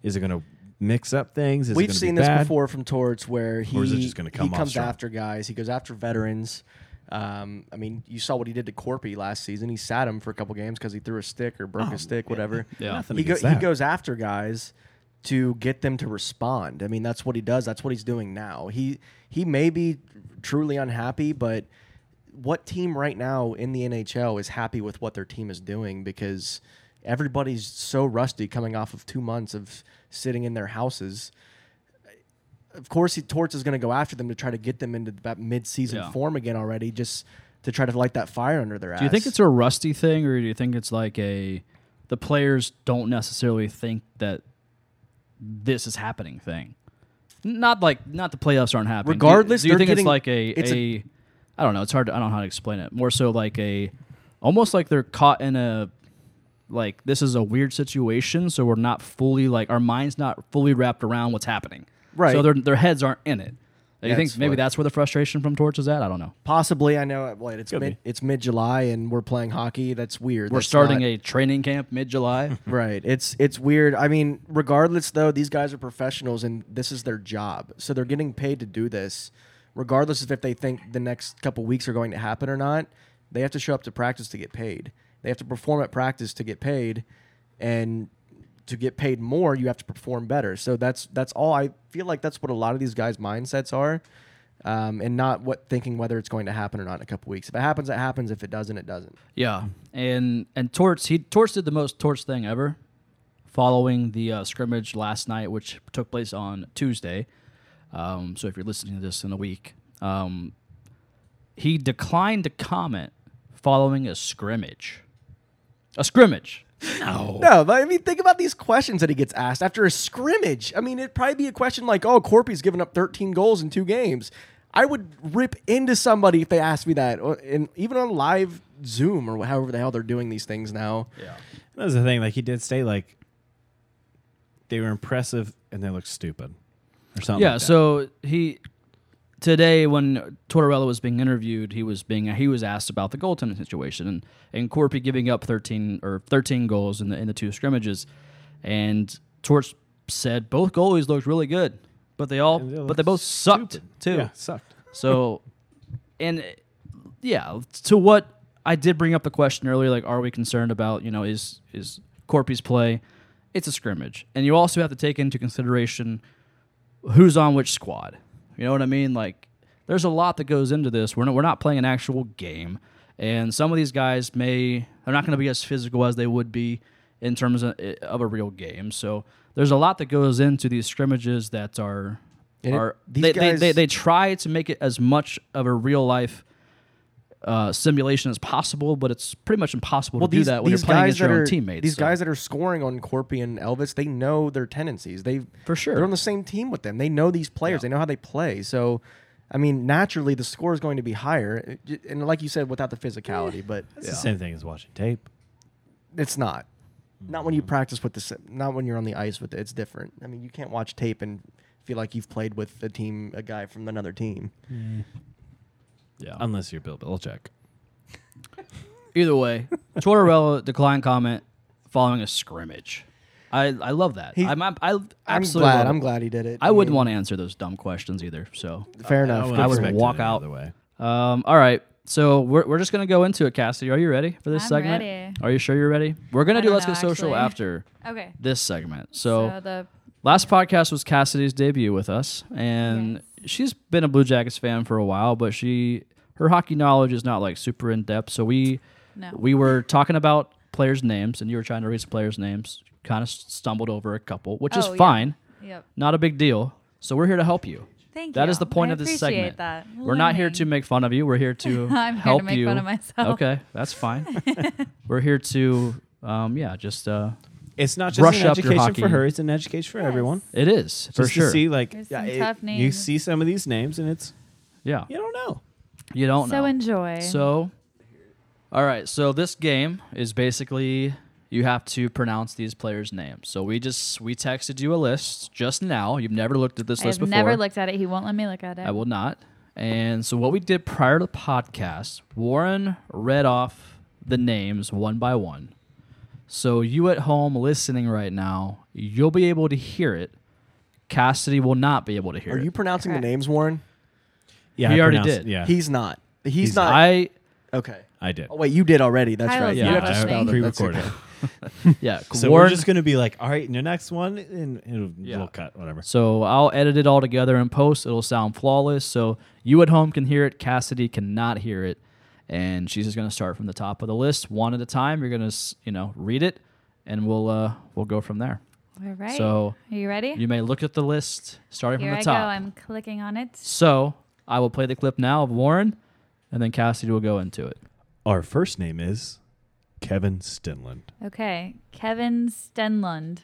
S2: Is it going to mix up things? Is it
S4: We've
S2: gonna be
S4: seen this
S2: bad?
S4: before from Torts where he,
S2: Or is it just gonna come
S4: he
S2: off
S4: comes
S2: strong?
S4: after guys. He goes after veterans. Um, I mean, you saw what he did to Corpy last season. He sat him for a couple games because he threw a stick or
S2: Oh,
S4: broke a stick, whatever.
S1: Yeah.
S2: Nothing
S4: He, go,
S2: against
S4: he
S2: that.
S4: goes after guys to get them to respond. I mean, that's what he does. That's what he's doing now. He he may be truly unhappy, but what team right now in the NHL is happy with what their team is doing because everybody's so rusty coming off of two months of sitting in their houses. Of course, he, Torts is going to go after them to try to get them into that mid-season
S1: Yeah.
S4: form again already, just to try to light that fire under their ass.
S1: Do you think it's a rusty thing, or do you think it's like a the players don't necessarily think that this is happening thing? Not like not the playoffs aren't happening. Do you-
S4: Regardless,
S1: do you,
S4: they're
S1: think
S4: getting-
S1: it's like a,
S4: it's
S1: a I don't know. It's hard. To, I don't know how to explain it. More so like a almost like they're caught in a like this is a weird situation, so we're not fully like our minds not fully wrapped around what's happening.
S4: Right.
S1: So their their heads aren't in it. Do you think
S4: That's
S1: maybe
S4: what-
S1: that's where the frustration from Torch is at? I don't know.
S4: possibly? I know. Wait, it's
S2: Could
S4: mid,
S2: be.
S4: it's mid-July and we're playing hockey. That's weird.
S1: We're
S4: That's
S1: starting
S4: not-
S1: a training camp mid July.
S4: Right. It's it's weird. I mean, regardless though, these guys are professionals and this is their job. So they're getting paid to do this. Regardless of if they think the next couple weeks are going to happen or not, they have to show up to practice to get paid. They have to perform at practice to get paid and to get paid more, you have to perform better. So that's that's all I feel like that's what a lot of these guys' mindsets are. Um, and not what thinking whether it's going to happen or not in a couple weeks. If it happens, it happens. If it doesn't, it doesn't.
S1: Yeah, and and Torts he Torts did the most Torts thing ever, following the uh, scrimmage last night, which took place on Tuesday. Um, so if you're listening to this in a week, um, he declined to comment following a scrimmage. A scrimmage.
S4: No, but I mean, think about these questions that he gets asked after a scrimmage. I mean, it'd probably be a question like, "Oh, Corpy's given up 13 goals in two games." I would rip into somebody if they asked me that, or- and even on live Zoom or however the hell they're doing these things now.
S1: Yeah.
S2: That was the thing. Like he did say, like they were impressive and they looked stupid, or something.
S1: Yeah.
S2: like that.
S1: So he today when Tortorella was being interviewed, he was being he was asked about the goaltending situation and and Corpy giving up thirteen or thirteen goals in the in the two scrimmages, and Torch said both goalies looked really good, but they all
S2: they
S1: but
S2: looked
S1: they both sucked
S2: stupid.
S1: too.
S2: yeah, sucked.
S1: So, and uh, yeah, to what I did bring up the question earlier, like, are we concerned about you know is is Corpy's play? It's a scrimmage, and you also have to take into consideration who's on which squad. You know what I mean? Like, there's a lot that goes into this. We're not, we're not playing an actual game, and some of these guys may they're not going to be as physical as they would be in terms of, eh, of a real game. So there's a lot that goes into these scrimmages that are
S4: And it-
S1: are
S4: these
S1: they, they,
S4: guys-
S1: they they try to make it as much of a real life. Uh, simulation as possible, but it's pretty much impossible to do that when you're playing against your
S4: that
S1: own
S4: are,
S1: teammates.
S4: These
S1: so.
S4: guys that are scoring on Corpy and Elvis, they know their tendencies. They
S1: For sure.
S4: they're on the same team with them. They know these players. They know how they play. So, I mean, naturally, the score is going to be higher. And like you said, without the physicality, but
S2: It's the same thing as watching tape.
S4: It's not. Not when you practice with the. s- Not when you're on the ice with it. It's different. I mean, you can't watch tape and feel like you've played with a team, a guy from another team.
S1: yeah.
S2: Unless you're Bill Belichick.
S1: Um, Either way, Tortorella declined comment following a scrimmage. I, I love that. I'm, I'm, I
S4: I'm
S1: absolutely
S4: glad.
S1: love
S4: I'm
S1: it.
S4: glad he did it.
S1: I wouldn't
S4: mean,
S1: want to answer those dumb questions either. So,
S4: Fair enough.
S1: I would
S2: expect it
S1: walk
S2: any
S1: out.
S2: other way.
S1: um, all right. So we're, we're just gonna go into it, Cassidy. Are you ready for this
S5: I'm
S1: segment?
S5: ready.
S1: Are you sure you're ready? We're gonna
S5: I
S1: do
S5: don't
S1: Let's
S5: know,
S1: Get Social
S5: actually.
S1: after
S5: Okay.
S1: this segment.
S5: So,
S1: So,
S5: the
S1: last podcast was Cassidy's debut with us, and she's been a Blue Jackets fan for a while, but she her hockey knowledge is not like super in depth. So we
S5: No.
S1: we were talking about players' names, and you were trying to read some players' names. Kind of stumbled over a couple, which
S5: Oh,
S1: is
S5: yeah.
S1: fine,
S5: yep.
S1: not a big deal. So we're here to help you.
S5: Thank
S1: That
S5: you.
S1: is the point
S5: I
S1: of this segment.
S5: appreciate that.
S1: We're not here to
S5: Learning.
S1: make fun of you. We're here to
S5: I'm here to
S1: help
S5: make
S1: you.
S5: fun of myself.
S1: Okay, that's fine. we're here to, um, yeah, just uh,
S2: It's not just
S1: Brush
S2: an
S1: up your
S2: education for
S1: hockey.
S2: her; it's an education for everyone.
S1: it is for
S2: just
S1: sure.
S2: to see, like,
S5: There's
S2: yeah,
S5: some
S2: it-
S5: tough
S2: you
S5: names.
S2: see some of these names, and it's
S1: yeah,
S2: you don't know.
S1: you don't know.
S5: So enjoy.
S1: So, all right. So this game is basically you have to pronounce these players' names. So we just we texted you a list just now. You've never looked at this
S5: I've
S1: list before.
S5: never looked at it. He won't let me look at it.
S1: I will not. And so what we did prior to the podcast, Warren read off the names one by one. So you at home listening right now, you'll be able to hear it. Cassidy will not be able to hear
S4: Are
S1: it.
S4: you pronouncing
S5: Correct.
S4: the names, Warren?
S2: Yeah,
S1: He
S2: I
S1: already
S2: pronounced-
S1: did.
S2: Yeah,
S4: He's not. He's, not.
S1: I
S4: okay.
S2: I did.
S4: Oh wait, you did already. That's
S5: Kyle's
S4: right.
S5: not
S4: you
S2: yeah,
S4: have to
S5: listening.
S4: spell
S2: I
S4: them. That's
S2: pre-recorded.
S4: okay.
S1: yeah.
S2: So
S1: Warren,
S2: we're just gonna be like, all right, in the next one, and it'll
S1: Yeah.
S2: little cut, whatever.
S1: So I'll edit it all together and post. It'll sound flawless. So you at home can hear it. Cassidy cannot hear it, and she's just gonna start from the top of the list, one at a time. You're gonna, s- you know, read it, and we'll uh, we'll go from there.
S5: All right.
S1: So-
S5: are you ready?
S1: You may look at the list starting
S5: Here
S1: from
S5: I
S1: the
S5: go.
S1: top.
S5: I'm clicking on it.
S1: So I will play the clip now of Warren, and then Cassidy will go into it.
S2: Our first name is Kevin Stinland.
S5: Okay, Kevin Stenlund.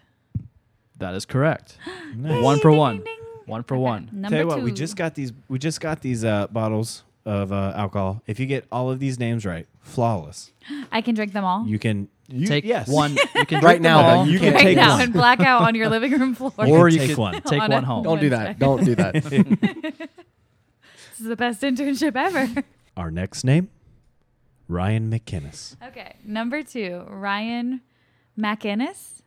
S1: That is correct. One for
S5: Ding, ding,
S1: one.
S5: ding, ding.
S1: One for
S5: Okay,
S1: one.
S5: Number
S2: Tell you what,
S5: two.
S2: we just got these. We just got these uh, bottles of uh, alcohol. If you get all of these names right, flawless,
S5: I can drink them all.
S2: you can you,
S1: Take
S2: yes.
S1: one. You can
S6: Right
S1: drink them
S6: now,
S1: all,
S6: though, you
S5: right
S6: can't take
S5: now
S6: one.
S5: and black out on your living room floor.
S1: or
S2: You
S1: you
S2: can
S1: can take
S2: take one.
S5: On
S1: one
S5: a-
S1: home.
S6: Don't do
S5: Wednesday.
S6: that. Don't do that.
S5: This is the best internship ever.
S2: Our next name, Ryan McInnes.
S5: okay, number two, Ryan McInnes.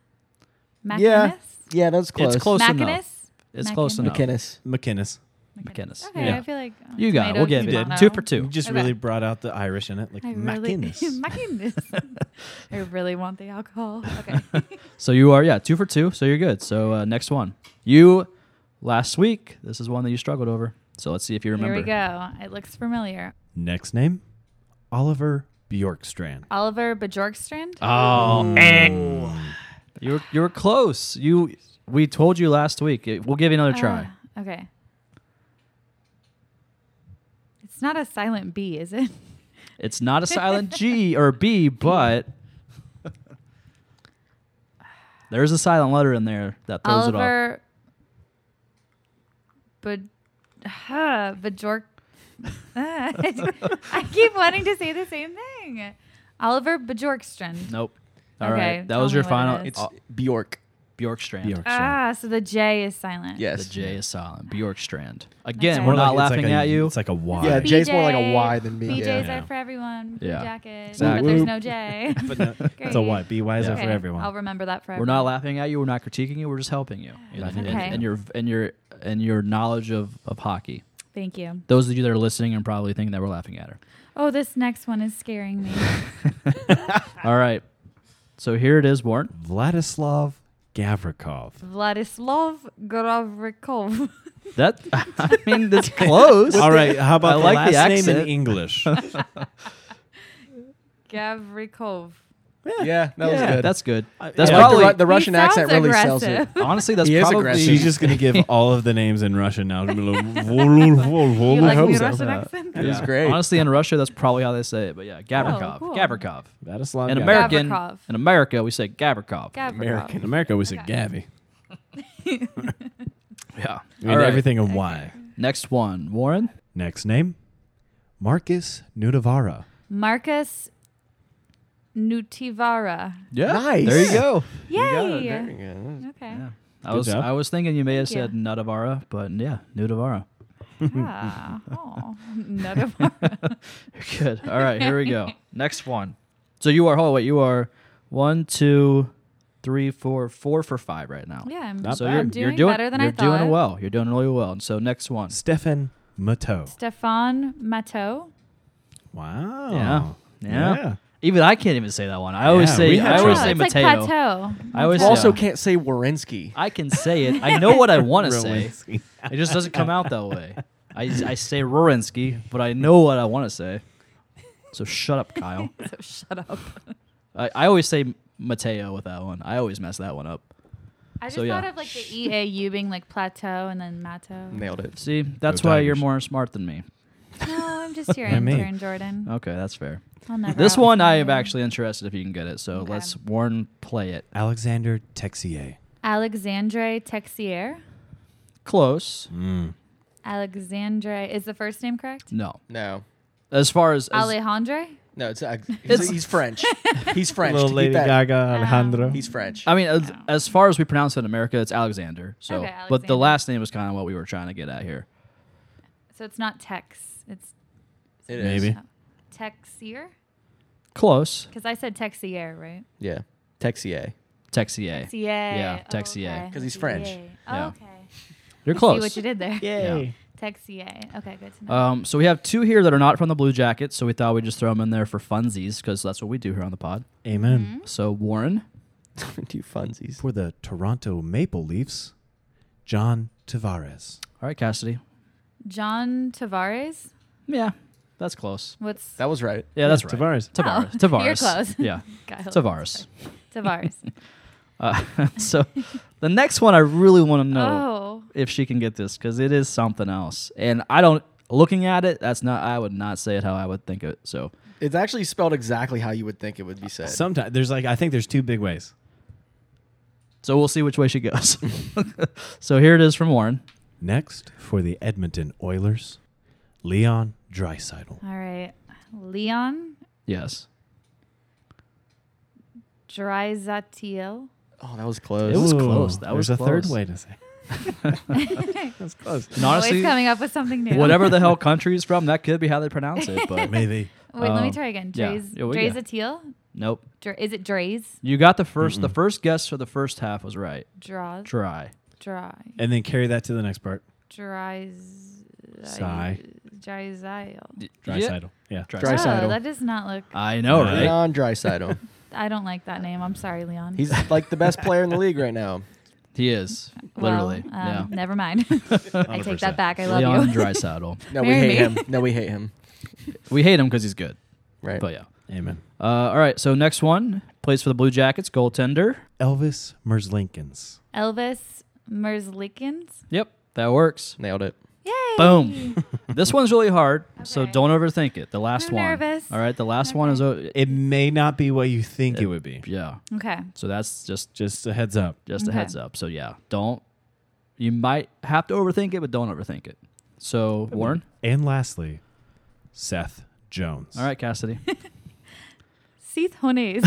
S5: McInnes.
S6: Yeah. yeah, that's close.
S1: It's close enough.
S5: McInnes.
S1: It's close enough.
S5: McInnes.
S6: McKinnis.
S2: McInnes.
S1: McInnes.
S5: Okay,
S2: Yeah.
S5: I feel like uh,
S1: You got it. We'll
S5: tomato,
S1: give it.
S5: tomato.
S1: Two for two.
S2: You just
S5: Okay.
S2: really brought out the Irish in it, like
S5: I really,
S2: McInnes.
S5: McInnes. I really want the alcohol. Okay.
S1: So you are, yeah, two for two. So you're good. So uh, next one. You, last week, this is one that you struggled over. So let's see if you
S5: Here
S1: remember.
S5: we go. It looks familiar.
S2: next name, Oliver Bjorkstrand.
S5: Oliver Bjorkstrand.
S1: Oh, eh. you were, you were close. You, we told you last week. It- We'll give you another try.
S5: Ah, okay. It's not a silent B, is it?
S1: It's not a silent G or B, but there's a silent letter in there that throws it off.
S5: Oliver. But, huh, Bjork. Ah, I keep wanting to say the same thing. Oliver Bjorkstrand.
S1: Nope. All right,
S5: Okay,
S1: That
S5: tell
S1: was
S5: me
S1: your
S5: what it
S1: final.
S5: is.
S6: It's
S1: It's
S4: Uh,
S6: Bjork.
S1: Bjorkstrand.
S2: Bjorkstrand.
S5: Ah, so the J is silent.
S6: Yes.
S1: The J is silent. Bjorkstrand. Again,
S5: Okay.
S1: we're
S5: More
S1: not
S2: Like, it's like
S1: laughing
S2: a-
S1: at you.
S2: It's like a Y.
S6: Yeah,
S5: BJ,
S6: J's more like a Y than B.
S5: BJ's
S6: Yeah.
S5: are for everyone. Blue
S1: Yeah.
S5: jacket. But
S1: Exactly.
S5: there's no J.
S2: but no, it's a
S5: Great.
S2: Y. B Y is
S1: Yeah.
S2: it for
S5: Okay,
S2: everyone.
S5: I'll remember that forever.
S1: We're not laughing at you. We're not critiquing you. We're just helping you. And-
S2: Laughing
S1: and,
S5: at you.
S1: and your and your and your knowledge of, of hockey.
S5: Thank you.
S1: Those of you that are listening and probably thinking that we're laughing at her.
S5: Oh, this next one is scaring me.
S1: All right. So here it is, Warren.
S2: Vladislav Gavrikov.
S5: Vladislav Gravrikov.
S1: That I mean, that's close.
S2: All right, how
S1: I
S2: about the
S1: like
S2: last
S1: the
S2: name
S1: accent.
S2: in English?
S5: Gavrikov.
S6: Yeah, that was
S1: Yeah,
S6: good.
S1: that's good.
S2: I-
S1: That's
S2: I like
S1: probably
S6: the, Ru- the Russian accent really sells it.
S1: honestly that's
S6: He is
S1: probably
S6: aggressive.
S2: She's just gonna give all of the names in Russian now.
S5: You like
S6: hope
S5: the
S6: so.
S5: Russian accent?
S6: It was great.
S1: Honestly, in Russia, that's probably how they say it. But yeah, Gavrikov,
S5: Oh, cool.
S1: Gavrikov.
S2: Vladislav
S1: In
S2: Gavrikov.
S1: American,
S5: Gavrikov.
S1: in America, we say Gavrikov.
S5: Gavrikov.
S2: In America, we say Gabby.
S1: yeah.
S2: I
S1: All
S2: mean
S1: right.
S2: everything in Y.
S1: Next one, Warren.
S2: Next name, Marcus Nudavara.
S5: Marcus Nutivara.
S1: Yeah.
S6: Nice.
S1: There you go.
S5: Yay.
S6: Yeah.
S5: Okay.
S1: I was
S2: job.
S1: I was thinking you may have
S5: Thank
S1: said
S5: you.
S1: Nutavara, but yeah, Nutavara.
S5: Ah, oh, none of our-
S1: Good. All right, here we go. Next one. So you are. Hold on, wait. You are one, two, three, four, four for five right now.
S5: Yeah, I'm,
S2: Not
S1: So
S5: I'm
S1: you're,
S5: doing,
S1: you're doing
S5: better than
S1: you're
S5: I thought.
S1: doing well. You're doing really well. And so next one.
S2: Stefan Mateau.
S5: Stefan Mateau.
S2: Wow.
S1: Yeah. Yeah.
S2: Yeah.
S1: Even I can't even say that one. I always
S2: Yeah,
S1: say
S2: we had
S1: I always
S2: trouble.
S1: say
S5: it's like
S1: Mateo.
S5: plateau.
S1: I always
S5: Mateo.
S1: say-
S6: Also
S1: Yeah.
S6: can't say Warinsky.
S1: I can say it. I know what I want to say.
S2: Rowanski.
S1: It just doesn't come out that way. I, I say Rorinsky, but I know what I want to say. So shut up, Kyle.
S5: So shut up.
S1: I, I always say Mateo with that one. I always mess that one up.
S5: I just
S1: So, yeah.
S5: thought of like the EAU being like plateau and then Mateau.
S6: Nailed it.
S1: See, that's
S2: Go
S1: why you're
S2: Tigers.
S1: more smart than me.
S5: No, I'm just your
S2: Yeah, me.
S5: intern, Jordan.
S1: Okay, that's fair.
S5: I'll never
S1: This
S5: outdo
S1: one I
S5: you.
S1: am actually interested if you can get it. So
S5: Okay.
S1: let's Warren play it.
S2: Alexander Texier.
S5: Alexandre Texier.
S1: Close.
S5: Mm. Alexandre is the first name correct?
S1: No.
S6: No.
S1: As far as, as
S5: Alejandre?
S6: No, it's, uh,
S1: It's-
S6: he's, he's French. He's French.
S2: Little
S6: Keep
S2: Lady
S6: that-
S2: Gaga
S1: Um,
S2: Alejandro.
S6: He's French.
S1: I mean, as, as far as we pronounce it in America, it's Alexander. So,
S5: Oh. Okay,
S1: but the
S5: Alexander.
S1: last name was kind of what we were trying to get at here.
S5: So it's not Tex. It's Oh.
S6: It is.
S2: Maybe.
S5: Texier?
S1: Close.
S5: Because I said Texier, right?
S6: Yeah. Texier.
S1: Texier.
S5: Texier.
S1: Yeah, Texier.
S6: 'Cause he's French.
S5: Oh,
S1: Yeah.
S5: okay.
S1: You're
S5: See
S1: close.
S5: what you did there.
S1: Yay.
S5: Texier. Okay, good to know.
S1: Um, so we have two here that are not from the Blue Jackets, so we thought we'd just throw them in there for funsies because that's what we do here on the pod.
S2: Amen.
S5: Mm-hmm.
S1: So Warren,
S6: Two funsies.
S2: For the Toronto Maple Leafs, John Tavares.
S1: all right, Cassidy,
S5: John Tavares.
S1: yeah, that's close.
S5: What's
S6: That was right.
S1: Yeah, that's right.
S2: Tavares.
S1: Tavares.
S5: Oh,
S1: Tavares.
S5: you're close.
S1: Yeah,
S5: Kyle?
S1: Tavares.
S5: Tavares.
S1: Uh, so the next one I really want to know
S5: Oh.
S1: if she can get this because it is something else, and I don't. Looking at it, that's not. I would not say it how I would think it. So
S4: It's actually spelled exactly how you would think it would be said.
S2: Sometimes there's like I think there's two big ways.
S1: So we'll see which way she goes. so here it is from Warren.
S2: Next for the Edmonton Oilers, Leon Dreisidel.
S5: All right. Leon
S1: Yes.
S5: Dryzatiel.
S4: Oh, that was close.
S1: It was close. That was
S2: there's a third
S1: close.
S2: way to say. That's close.
S1: And
S5: Always
S1: honestly,
S5: coming up with something new.
S1: whatever the hell country he's from, that could be how they pronounce it. But
S2: Maybe.
S5: Wait, let me
S1: um,
S5: try again.
S1: yeah.
S5: Drays,
S1: Yeah, we got-
S5: Draysatiel?
S1: nope.
S5: Dr- is it Drays?
S1: You got the 1st The first guess for the first half was right.
S5: Draws.
S1: Dry.
S5: Dry.
S2: And then carry that to the next part.
S5: Dries.
S2: Sigh.
S5: Dryziel.
S2: Dreisidel. Yeah.
S5: Oh,
S4: Dreisaitl.
S5: that does not look.
S1: I know,
S2: Right.
S1: right?
S4: Leon Dreisaitl.
S5: I don't like that name. I'm sorry, Leon.
S4: He's like the best player in the league right now.
S1: He is
S5: Well,
S1: literally.
S5: um,
S1: yeah.
S5: Never mind. I take
S2: 100%.
S5: that back. I love
S1: Leon
S5: you.
S1: Drysaddle.
S4: No, we
S5: Marry
S4: hate
S5: me.
S4: him. No, we hate him.
S1: we hate him because he's good.
S4: Right.
S1: But yeah.
S2: Amen.
S1: Uh, all right. So next one plays for the Blue Jackets goaltender.
S2: Elvis Merzlinkins.
S5: Elvis Merzlikins.
S1: Yep, that works.
S4: Nailed it.
S5: Yay.
S1: Boom. this one's really hard, so
S5: Okay.
S1: don't overthink it. The last
S5: I'm
S1: one.
S5: nervous.
S1: All right, the last one is. O-
S2: It may not be what you think it would be.
S1: yeah.
S5: Okay.
S1: So that's just
S2: Just a heads up.
S1: just a
S5: Okay.
S1: heads up. So yeah, don't. You might have to overthink it, but don't overthink it. So Warren.
S2: And lastly, Seth Jones.
S1: All right, Cassidy.
S5: Seth Hones.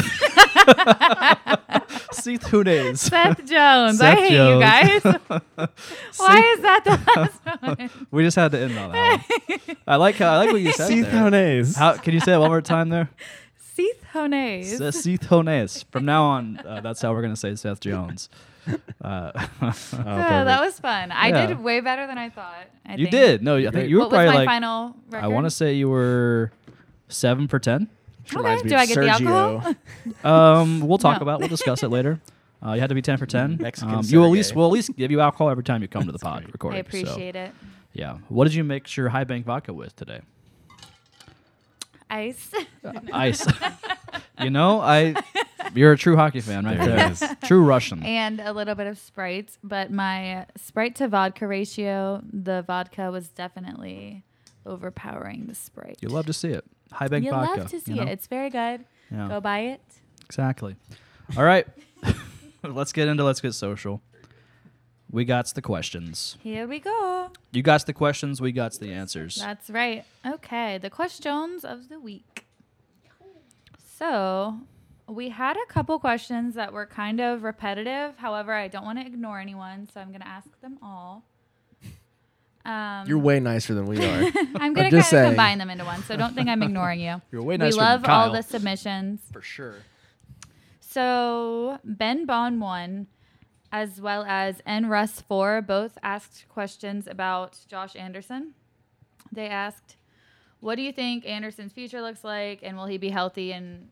S1: Seth Hunes.
S5: Seth Jones. I
S1: Seth
S5: hate
S1: Jones.
S5: you guys. Why is that the last one?
S1: We just had to end on that. one. I like how I like what you said.
S2: Seth
S1: there.
S2: Jones.
S1: How can you say it one more time there?
S5: Seth Hones.
S1: S- Seth Hunes. From now on, uh, that's how we're gonna say Seth Jones. Uh,
S5: Oh, that was fun. I
S1: Yeah.
S5: did way better than I thought. I
S1: You
S5: think.
S1: did. No, I think you were
S5: what was
S1: probably
S5: my
S1: like.
S5: final record?
S1: I want to say you were seven for ten.
S5: Okay. Do I get the alcohol?
S1: Um, we'll talk
S5: No.
S1: about. We'll discuss it later. Uh, you had to be ten for ten.
S2: Mm,
S4: Mexican
S1: Um, you will at least
S4: Sergey.
S1: we'll at least give you alcohol every time you come to the pod
S5: I
S1: recording.
S5: appreciate it.
S1: So, yeah. What did you mix your high bank vodka with today?
S5: Ice.
S1: Uh, Ice. you know, I. You're a true hockey fan, right
S2: There it
S1: there.
S2: is.
S1: True Russian.
S5: and a little bit of Sprite, but my Sprite to vodka ratio, the vodka was definitely overpowering the Sprite.
S1: You love to see it. High bank
S5: You
S1: vodka.
S5: love to see
S1: you know?
S5: it. It's very good.
S1: Yeah.
S5: Go buy it.
S1: Exactly. All right. let's get into let's get social. We got the questions.
S5: Here we go.
S1: You got the questions. We got the answers.
S5: That's right. Okay, the questions of the week. So, we had a couple questions that were kind of repetitive. However, I don't want to ignore anyone, so I'm going to ask them all. Um,
S4: You're way nicer than we are.
S5: I'm going to kind
S4: just
S5: of
S4: saying.
S5: combine them into one, so don't think I'm ignoring you.
S1: You're way
S5: we
S1: nicer
S5: love
S1: than
S5: all
S1: Kyle.
S5: the submissions.
S4: For sure.
S5: So Ben Bon one, as well as N Russ four, both asked questions about Josh Anderson. They asked, "What do you think Anderson's future looks like, and will he be healthy and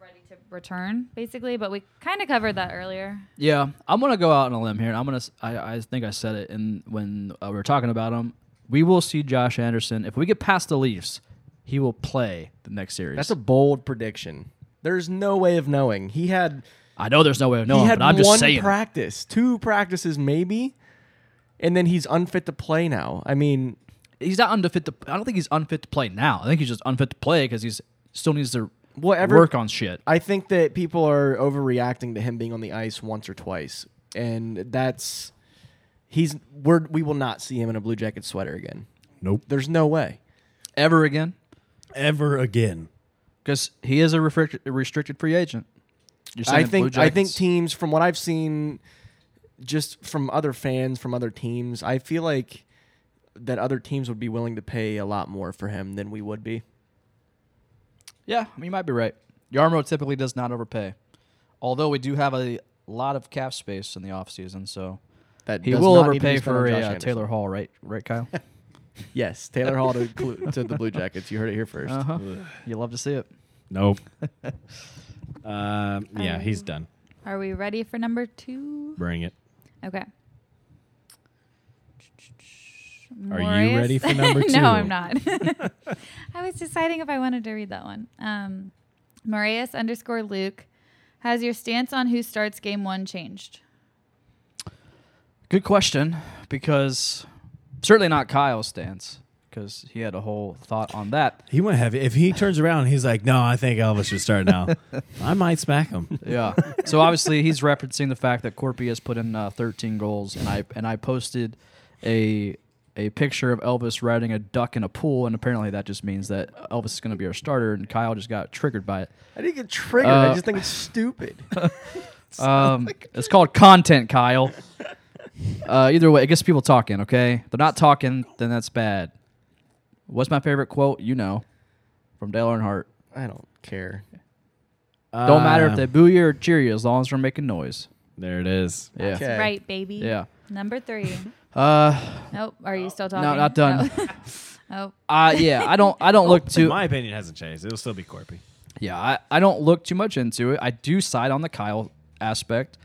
S5: ready to return?" Basically, but we kind of covered that earlier.
S1: Yeah, I'm gonna go out on a limb here, and I'm gonna. s- I, I think I said it in when uh, we were talking about him. We will see Josh Anderson if we get past the Leafs. He will play the next series.
S4: That's a bold prediction. There's no way of knowing. He had
S1: I know there's no way of knowing,
S4: he had
S1: but I'm
S4: one
S1: just saying.
S4: practice, two practices maybe, and then he's unfit to play now. I mean,
S1: he's not unfit to. I don't think he's unfit to play now. I think he's just unfit to play because he's still needs to
S4: Whatever-
S1: work on shit.
S4: I think that people are overreacting to him being on the ice once or twice, and that's he's we're, we will not see him in a Blue Jacket sweater again.
S2: Nope.
S4: There's no way.
S1: Ever again.
S2: Ever again.
S1: because he is a refric- a restricted free agent. You're
S4: I
S1: saying Blue
S4: think I think
S1: Jackets-
S4: teams from what I've seen, just from other fans from other teams, I feel like that other teams would be willing to pay a lot more for him than we would be.
S1: yeah, I mean, you might be right. Yarmo typically does not overpay, although we do have a lot of cap space in the offseason, so
S4: That
S1: he
S4: does
S1: will
S4: not need to be
S1: overpay
S4: spent on
S1: for a
S4: Josh
S1: uh,
S4: Anderson.
S1: Taylor Hall, right? Right, Kyle?
S4: Yes, Taylor Hall to, Clu- to the Blue Jackets. You heard it here 1st
S1: uh-huh. You love to see it.
S2: Nope. um, yeah, he's done.
S5: Are we ready for number two?
S2: Bring it.
S5: Okay.
S2: Are you
S5: Morris-
S2: ready for number two?
S5: no, I'm not. I was deciding if I wanted to read that one. Um, Marius underscore Luke Has your stance on who starts game one changed?
S1: Good question, because certainly not Kyle's stance, because he had a whole thought on that.
S2: He went heavy. If he turns around, and he's like, "No, I think Elvis should start now." I might smack him.
S1: Yeah. so obviously he's referencing the fact that Corpy has put in uh, 13 goals, and I and I posted a a picture of Elvis riding a duck in a pool, and apparently that just means that Elvis is going to be our starter, and Kyle just got triggered by it.
S4: I didn't get triggered. I just think it's stupid.
S1: Um, it's called content, Kyle. Uh, either way, it gets people talking. Okay, If they're not talking, then that's bad. What's my favorite quote? You know, from Dale Earnhardt.
S4: I don't care.
S1: Don't matter if they boo you or cheer you, as long as they're making noise.
S2: There it is.
S1: Yeah,
S4: Okay.
S5: Right, baby.
S1: yeah.
S5: Number three.
S1: Uh,
S5: nope. Are you still talking?
S1: no, not done.
S5: No. oh,
S1: uh, yeah, I don't. I don't look too.
S2: My opinion hasn't changed. It'll still be Corpy.
S1: Yeah, I, I don't look too much into it. I do side on the Kyle aspect,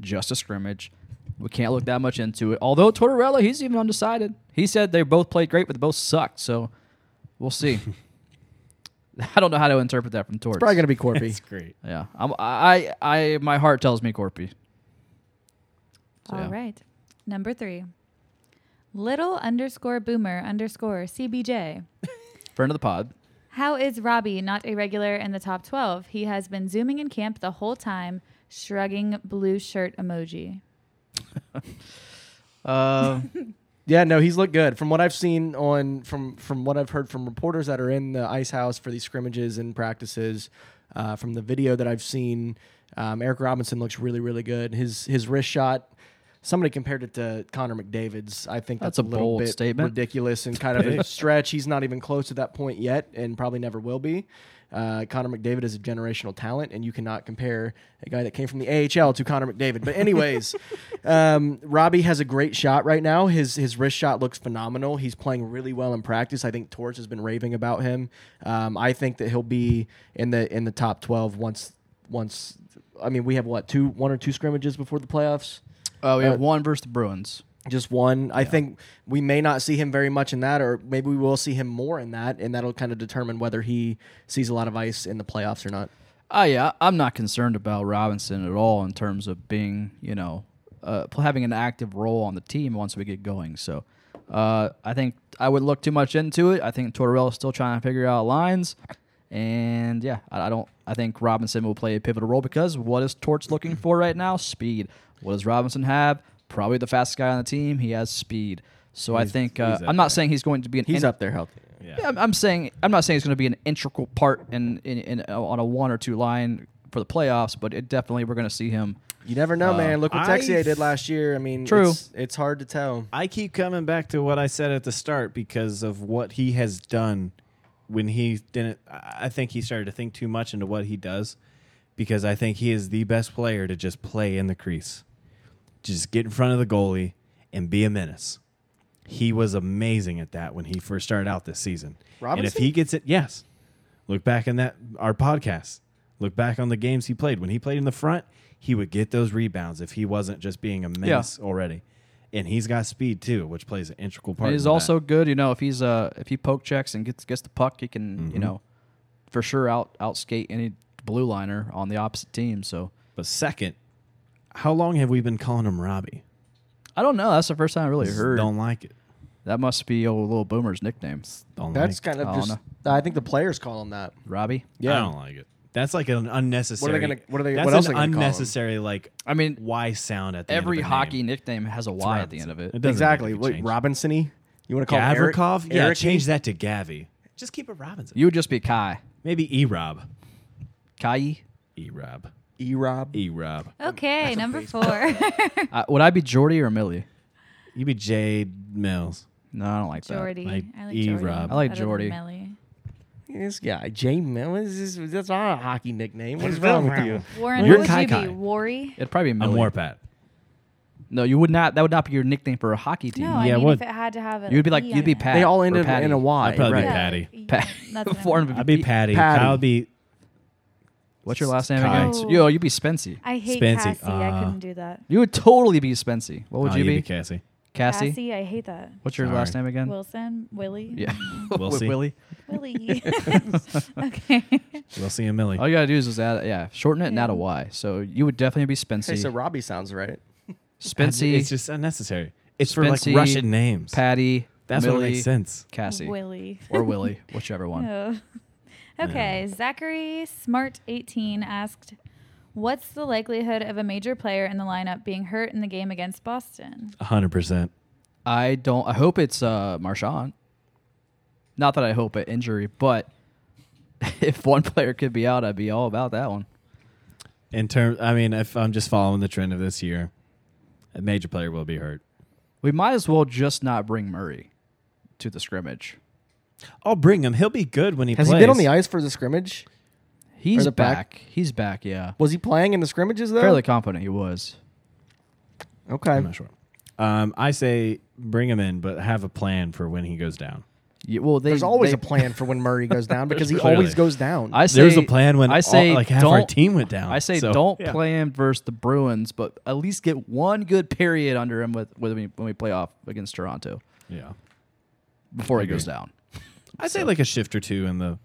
S1: just a scrimmage. We can't look that much into it. Although Tortorella, he's even undecided. He said they both played great, but they both sucked. So we'll see. I don't know how to interpret that from Torts.
S4: Probably gonna be Corpy.
S2: It's great.
S1: yeah, I'm, I, I, my heart tells me Corpy.
S5: all right.
S1: yeah.
S5: Number three. Little underscore boomer underscore CBJ.
S1: Friend of the pod.
S5: How is Robbie not a regular in the top 12? He has been zooming in camp the whole time, shrugging blue shirt emoji.
S1: Uh,
S4: Yeah, no, he's looked good. From what I've seen on from from what I've heard from reporters that are in the ice house for these scrimmages and practices, uh, from the video that I've seen, um, Eric Robinson looks really really good. His his wrist shot. Somebody compared it to Connor McDavid's. I think
S1: That's
S4: that's,
S1: a
S4: little
S1: bold
S4: bit
S1: statement.
S4: ridiculous and kind of a stretch. He's not even close to that point yet, and probably never will be. Uh, Connor McDavid is a generational talent, and you cannot compare a guy that came from the AHL to Connor McDavid. But anyways, um, Robbie has a great shot right now. His his wrist shot looks phenomenal. He's playing really well in practice. I think Torch has been raving about him. Um, I think that he'll be in the in the top twelve once once. I mean, we have what two one or two scrimmages before the playoffs
S1: oh, we have
S4: Uh,
S1: one versus the Bruins.
S4: just one. I think we may not see him very much in that, or maybe we will see him more in that, and that'll kind of determine whether he sees a lot of ice in the playoffs or not.
S1: Oh yeah, I'm not concerned about Robinson at all in terms of being, you know, uh, pl- having an active role on the team once we get going. So, uh, I think I would look too much into it. I think Tortorella's still trying to figure out lines, and yeah, I, I don't. I think Robinson will play a pivotal role because what is Torts looking for right now? Speed. What does Robinson have? Probably the fastest guy on the team. He has speed. So I think uh,
S2: he's up
S1: I'm not saying he's going to be an
S4: He's
S1: in-
S4: up there healthy.
S1: yeah, I'm, I'm saying I'm not saying it's going to be an integral part in, in, in uh, on a one or two line for the playoffs, but it definitely we're going to see him.
S4: You never know, man. Look what
S2: Uh, I-
S4: Texier did last year. I mean,
S1: True.
S4: It's, it's hard to tell.
S2: I keep coming back to what I said at the start because of what he has done when he didn't. I I think he started to think too much into what he does because I think he is the best player to just play in the crease, just get in front of the goalie and be a menace. He was amazing at that when he first started out this season. And if
S4: Robinson?
S2: he gets it, yes. Look back in that our podcast. Look back on the games he played. When he played in the front, he would get those rebounds if he wasn't just being a menace already. And he's got speed too, which plays an integral part.
S1: And he's
S2: in that.
S1: also good, you know, if he's uh if he poke checks and gets gets the puck, he can
S2: Mm-hmm.
S1: you know for sure out out skate any blue liner on the opposite team. So
S2: But second, how long have we been calling him Robbie?
S1: I don't know. That's the first time I really heard.
S2: Don't like it.
S1: That must be old little boomer's nickname,
S2: Don't
S4: That's
S2: like
S4: kind of
S1: I don't
S4: just. I think the players call him that.
S1: Robbie.
S2: it. I don't like it. That's like an unnecessary.
S4: gonna- what are they-
S2: That's
S4: what else
S2: an
S4: are they gonna call him?
S2: unnecessary like
S1: I mean,
S2: Y sound at the end
S1: every
S2: of a
S1: hockey
S2: name.
S1: nickname has a Y at the end of it.
S2: It doesn't need to
S4: Exactly.
S2: be
S4: What,
S2: changed.
S4: Robinson-y? You want to call him Eric-
S2: Gavrikov? Yeah,
S4: Eric-y?
S2: change that to Gavi. Just keep it Robinson.
S1: You would just be Kai.
S2: Maybe E Rob.
S1: Kai.
S2: E Rob.
S4: E-Rob.
S2: E Rob.
S5: Okay, number four.
S1: Uh, would I be Jordy or Millie?
S2: You be Jade Mills.
S1: No, I don't like that.
S5: Jordy.
S2: Like
S5: I like
S2: E.
S5: Jordy.
S2: Rob.
S1: I like
S5: better than
S1: Jordy.
S5: Melly.
S4: This guy, Jay Mel. What is this? That's not a hockey nickname. What is wrong with you?
S5: Warren,
S2: You're
S5: what would
S2: Kai
S5: you
S2: Kai.
S5: be? Worry?
S1: It'd probably be
S2: I'm
S1: Millie.
S2: Warpat.
S1: No, you would not. That would not be your nickname for a hockey team.
S5: No,
S2: Yeah,
S5: I mean,
S2: what-
S5: if it had to have a
S1: You'd be like,
S5: E
S1: you'd
S5: on
S1: be
S5: it.
S1: Pat.
S4: They all
S1: or
S4: ended
S1: Patty.
S4: in a Y.
S2: I'd probably be
S4: right?
S5: Yeah,
S2: Patty.
S5: yeah,
S1: Pat.
S5: that's what I
S1: Warren
S5: meant.
S1: would
S2: I'd be
S1: be-
S2: Patty.
S4: Patty.
S2: Kyle would be
S1: What's your last name
S2: Kai.
S1: again?
S5: Oh.
S1: Yo, you'd be Spency.
S5: I hate
S2: Spency.
S5: Cassie. I
S2: Uh,
S5: couldn't do that.
S1: You would totally be Spency. What would
S2: Oh,
S1: you
S2: you'd
S1: be?
S2: Cassie.
S1: Cassie?
S5: Cassie, I hate that.
S1: What's your
S2: Sorry.
S1: last name again?
S5: Wilson, Willie.
S1: Yeah.
S2: Wilsey.
S1: Willie.
S5: Millie. okay.
S2: Wilson and Millie.
S1: All Oh, you gotta do is just add, yeah, shorten it and add a Y. So you would definitely be Spency,
S6: Okay, so Robbie sounds right.
S1: Spency,
S2: It's just unnecessary. It's for like
S1: Spency,
S2: Russian names.
S1: Patty,
S2: That's
S1: Millie,
S2: what makes sense.
S1: Cassie,
S5: Willie.
S1: or Willie, whichever one.
S5: Oh. Okay. Zachary Smart 18 asked, What's the likelihood of a major player in the lineup being hurt in the game against Boston?
S2: hundred percent.
S1: I don't. I hope it's uh, Marshawn. Not that I hope an injury, but if one player could be out, I'd be all about that one.
S2: In terms, I mean, if I'm just following the trend of this year, a major player will be hurt.
S1: We might as well just not bring Murray to the scrimmage.
S2: I'll bring him. Oh, He'll be good when he
S4: Has
S2: plays.
S4: he been on the ice for the scrimmage?
S1: He's
S4: the
S1: back.
S4: back.
S1: He's back. Yeah,
S4: Was he playing in the scrimmages though?
S1: fairly confident he was.
S4: Okay.
S2: I'm not sure. Um, I say bring him in, but have a plan for when he goes down.
S1: Yeah, well, they,
S4: There's always
S1: they-
S4: a plan for when Murray goes down because he
S2: Clearly.
S4: always goes down.
S1: I say,
S2: There's a plan when
S1: I
S2: all-
S1: say
S2: like half our
S1: don't-
S2: team went down,
S1: I say
S2: so-
S1: don't
S2: Yeah.
S1: play him versus the Bruins, but at least get one good period under him with, with me when we play off against Toronto
S2: Yeah,
S1: before he
S2: Agree.
S1: goes down.
S2: I say like a shift or two in the.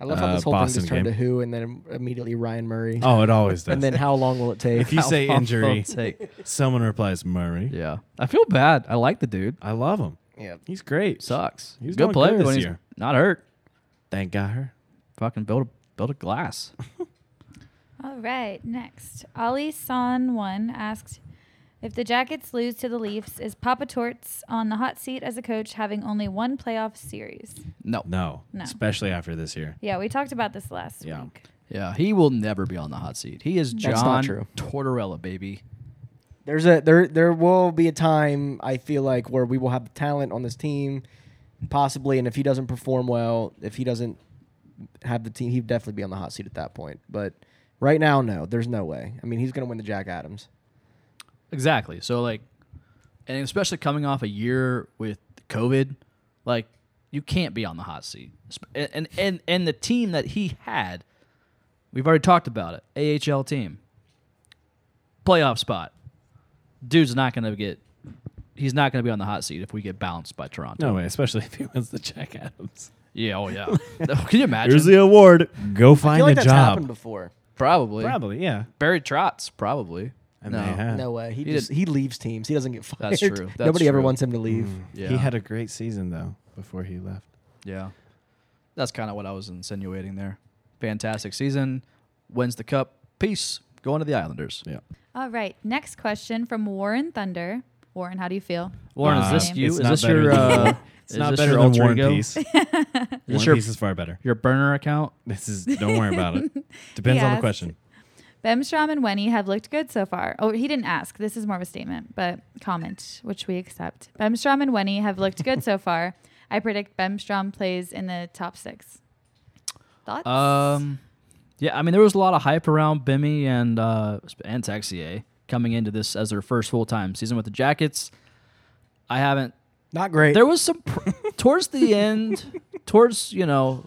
S4: I love how
S2: uh,
S4: this whole
S2: Boston
S4: thing just turned
S2: game.
S4: to who and then immediately Ryan Murray.
S2: Oh, it always does.
S4: and then how long will it take?
S2: if you say
S1: I'll
S2: injury,
S1: take-
S2: someone replies Murray.
S1: Yeah, I feel bad. I like the dude.
S2: I love him.
S4: Yeah.
S2: He's great.
S1: Sucks.
S2: He was
S1: good
S2: doing good
S1: player
S2: this
S1: when he's
S2: year.
S1: not hurt.
S2: Thank God.
S1: Fucking build a build a glass.
S5: All right. Next. Ali San 1 asked, If the Jackets lose to the Leafs, is Papa Torts on the hot seat as a coach having only one playoff series?
S1: No.
S2: No,
S5: No.
S2: especially after this year.
S5: Yeah, we talked about this last
S2: Yeah.
S5: week.
S1: Yeah, he will never be on the hot seat. He is John
S4: That's not true.
S1: Tortorella, baby.
S4: There's a there there will be a time I feel like where we will have the talent on this team, possibly, and if he doesn't perform well, if he doesn't have the team, he'd definitely be on the hot seat at that point. But right now, no, there's no way. I mean, he's gonna win the Jack Adams.
S1: Exactly. So like, and especially coming off a year with COVID, like you can't be on the hot seat. Sp- And and and, and the team that he had, we've already talked about it. AHL team, playoff spot. Dude's not gonna get. He's not gonna be on the hot seat if we get bounced by Toronto.
S2: No way, especially if he wins the Jack Adams.
S1: Yeah. Oh yeah. Can you imagine?
S2: Here's the award. Go
S4: I
S2: find
S4: feel like
S2: a
S4: that's happened
S2: job.
S4: before.
S1: Probably.
S2: Probably, yeah.
S1: Barry Trotz, probably.
S2: I mean, they have.
S4: No way. He
S1: He
S4: just
S1: did-
S4: he leaves teams. He doesn't get fired.
S1: That's true. That's
S4: Nobody ever
S1: true.
S4: wants him to leave.
S1: Yeah.
S2: He had a great season though before he left.
S1: yeah. That's kind of what I was insinuating there. Fantastic season. Wins the cup. Peace. Going to the Islanders.
S2: Yeah.
S5: All right. Next question from Warren Thunder. Warren, how do you feel?
S1: Warren,
S2: Uh,
S1: is this you?
S2: it's
S1: Is
S2: not
S1: this
S2: better
S1: your?
S2: than
S1: Uh,
S2: Warren. It's
S1: is
S2: not
S1: this
S2: better
S1: your
S2: than
S1: alter
S2: War and
S1: ego?
S2: Piece. One
S1: your-
S2: Piece is far better.
S1: Your burner account.
S2: This is don't worry about it. Depends on the
S5: asked-
S2: question.
S5: Bemstrom and Wenny have looked good so far. Oh, he didn't ask. This is more of a statement, but comment, which we accept. Bemstrom and Wenny have looked good so far. I predict Bemstrom plays in the top six. Thoughts?
S1: Um, yeah, I mean, there was a lot of hype around Bimmy and uh, and Taxier coming into this as their first full time season with the Jackets. I haven't
S4: Not great.
S1: There was some pr- towards the end, towards you know,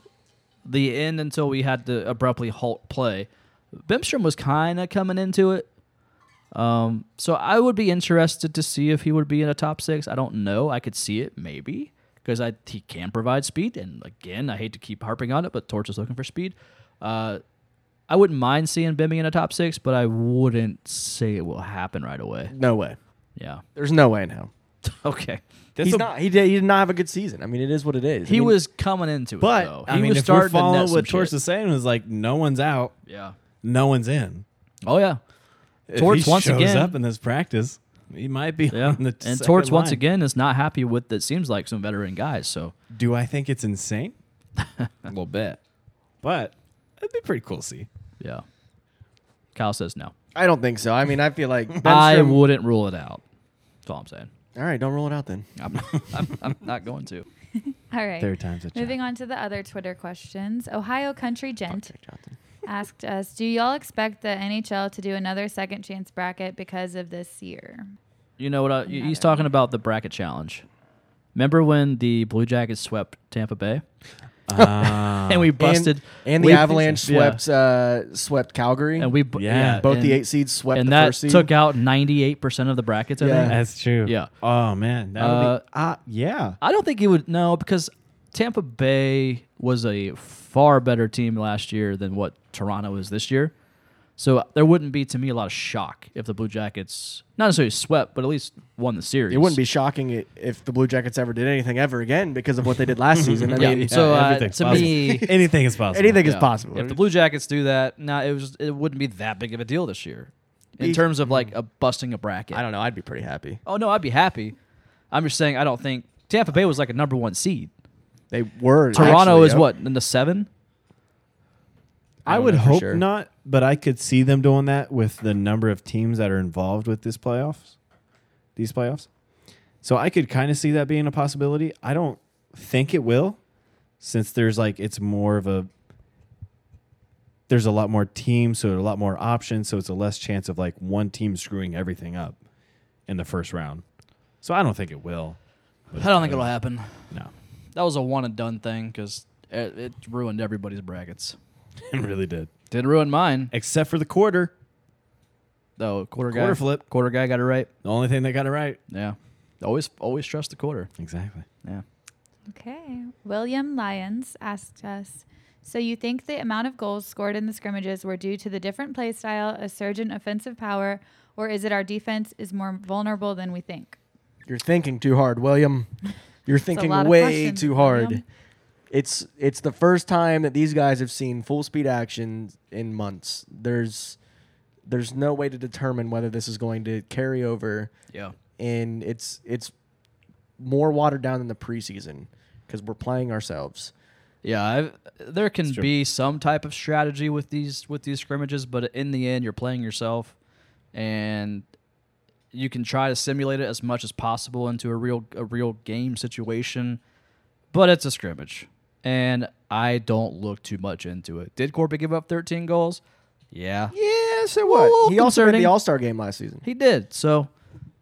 S1: the end until we had to abruptly halt play. Bemstrom was kind of coming into it, um, so I would be interested to see if he would be in a top six. I don't know. I could see it maybe because I he can provide speed, and again, I hate to keep harping on it, but Torch is looking for speed. Uh, I wouldn't mind seeing Bimmy in a top six, but I wouldn't say it will happen right away.
S4: no way.
S1: Yeah.
S4: There's no way now.
S1: Okay.
S2: This
S4: He's
S2: will-
S4: not. He did. He did not have a good season. I mean, it is what it is. I
S1: He
S4: mean,
S1: was coming into
S2: But
S1: it, though. He
S2: I mean,
S1: was
S2: if we're
S1: starting to net
S2: following
S1: some
S2: what Torch
S1: shit.
S2: is saying, is like no one's out,
S1: Yeah.
S2: no one's in.
S1: Oh yeah.
S2: If
S1: Torts
S2: he
S1: once
S2: shows
S1: again-
S2: up in this practice, he might be
S1: Yeah.
S2: on the
S1: and
S2: second
S1: Torts once
S2: line.
S1: again is not happy with that seems like some veteran guys. So
S2: Do I think it's insane? a little bit, but it'd be pretty cool to see.
S1: yeah. Kyle says no.
S4: I don't think so. I mean, I feel like
S1: I
S4: Bemstrom-
S1: wouldn't rule it out. That's all I'm saying.
S4: All right, don't roll it out then.
S1: I'm, I'm, I'm not going to.
S5: All right.
S2: Third time's a charm.
S5: Moving on to the other Twitter questions. Ohio Country Gent asked us Do y'all expect the NHL to do another second chance bracket because of this year?
S1: You know what? I, he- he's
S5: Another
S1: talking about the bracket challenge. Remember when the Blue Jackets swept Tampa Bay
S2: Ah.
S1: and we busted
S4: And, and the
S1: we-
S4: Avalanche
S1: yeah.
S4: swept uh, swept Calgary.
S1: and we bu-
S2: Yeah.
S1: yeah,
S4: both
S1: and-
S4: the eight seeds swept
S1: and
S4: the
S1: that
S4: first seed.
S1: took out 98 percent of the brackets. I
S4: Yeah.
S1: think.
S2: That's true.
S1: Yeah.
S2: Oh man, that would
S1: Uh,
S2: be. Uh, yeah.
S1: I don't think he would. No, because Tampa Bay was a far better team last year than what Toronto is this year. So there wouldn't be to me a lot of shock if the Blue Jackets not necessarily swept, but at least won the series.
S4: It wouldn't be shocking i- if the Blue Jackets ever did anything ever again because of what they did last season. I
S1: Yeah.
S4: mean,
S1: so uh,
S2: Everything's
S1: to
S2: possible.
S1: me,
S2: anything is possible.
S4: anything is
S1: Yeah.
S4: possible.
S1: If the Blue Jackets do that, nah, it was it wouldn't be that big of a deal this year in
S4: Be-
S1: terms of like a busting a bracket.
S6: I don't know. I'd be pretty happy.
S1: Oh no, I'd be happy. I'm just saying I don't think Tampa Bay was like a number one seed.
S4: they were
S1: Oh, Toronto
S4: actually,
S1: is
S4: yep.
S1: what in the seven.
S2: I
S6: don't
S2: would
S6: know for
S2: hope
S6: sure.
S2: not, but I could see them doing that with the number of teams that are involved with this playoffs, these playoffs. So I could kind of see that being a possibility. I don't think it will, since there's like it's more of a there's a lot more teams, so a lot more options, so it's a less chance of like one team screwing everything up in the first round. So I don't think it will. uh,
S1: I don't think it'll happen.
S2: No,
S1: That was a one and done thing because it, it ruined everybody's brackets.
S2: it really did,
S1: Didn't ruin mine
S2: except for the quarter.
S1: though. Quarter guy,
S2: Quarter flip.
S1: quarter guy got it right.
S2: The only thing they got it right.
S1: Yeah, always always trust the quarter.
S2: Exactly.
S1: Yeah.
S5: Okay. William Lyons asked us So you think the amount of goals scored in the scrimmages were due to the different play style, a surge in offensive power, or is it our defense is more vulnerable than we think?
S4: You're thinking too hard, William. You're
S5: It's a
S4: thinking
S5: lot of
S4: way
S5: questions,
S4: too hard.
S5: William.
S4: It's it's the first time that these guys have seen full speed action in months. There's there's no way to determine whether this is going to carry over
S1: Yeah.
S4: and it's it's more watered down than the preseason because we're playing ourselves.
S1: Yeah, I've, there can
S2: true.
S1: be some type of strategy with these with these scrimmages, but in the end, you're playing yourself, and you can try to simulate it as much as possible into a real a real game situation. But it's a scrimmage, and I don't look too much into it. Did Corbett give up 13 goals? Yeah,
S4: Yeah, so
S1: what? Ooh,
S4: he also made
S1: concerning.
S4: the All Star game last season.
S1: he did. So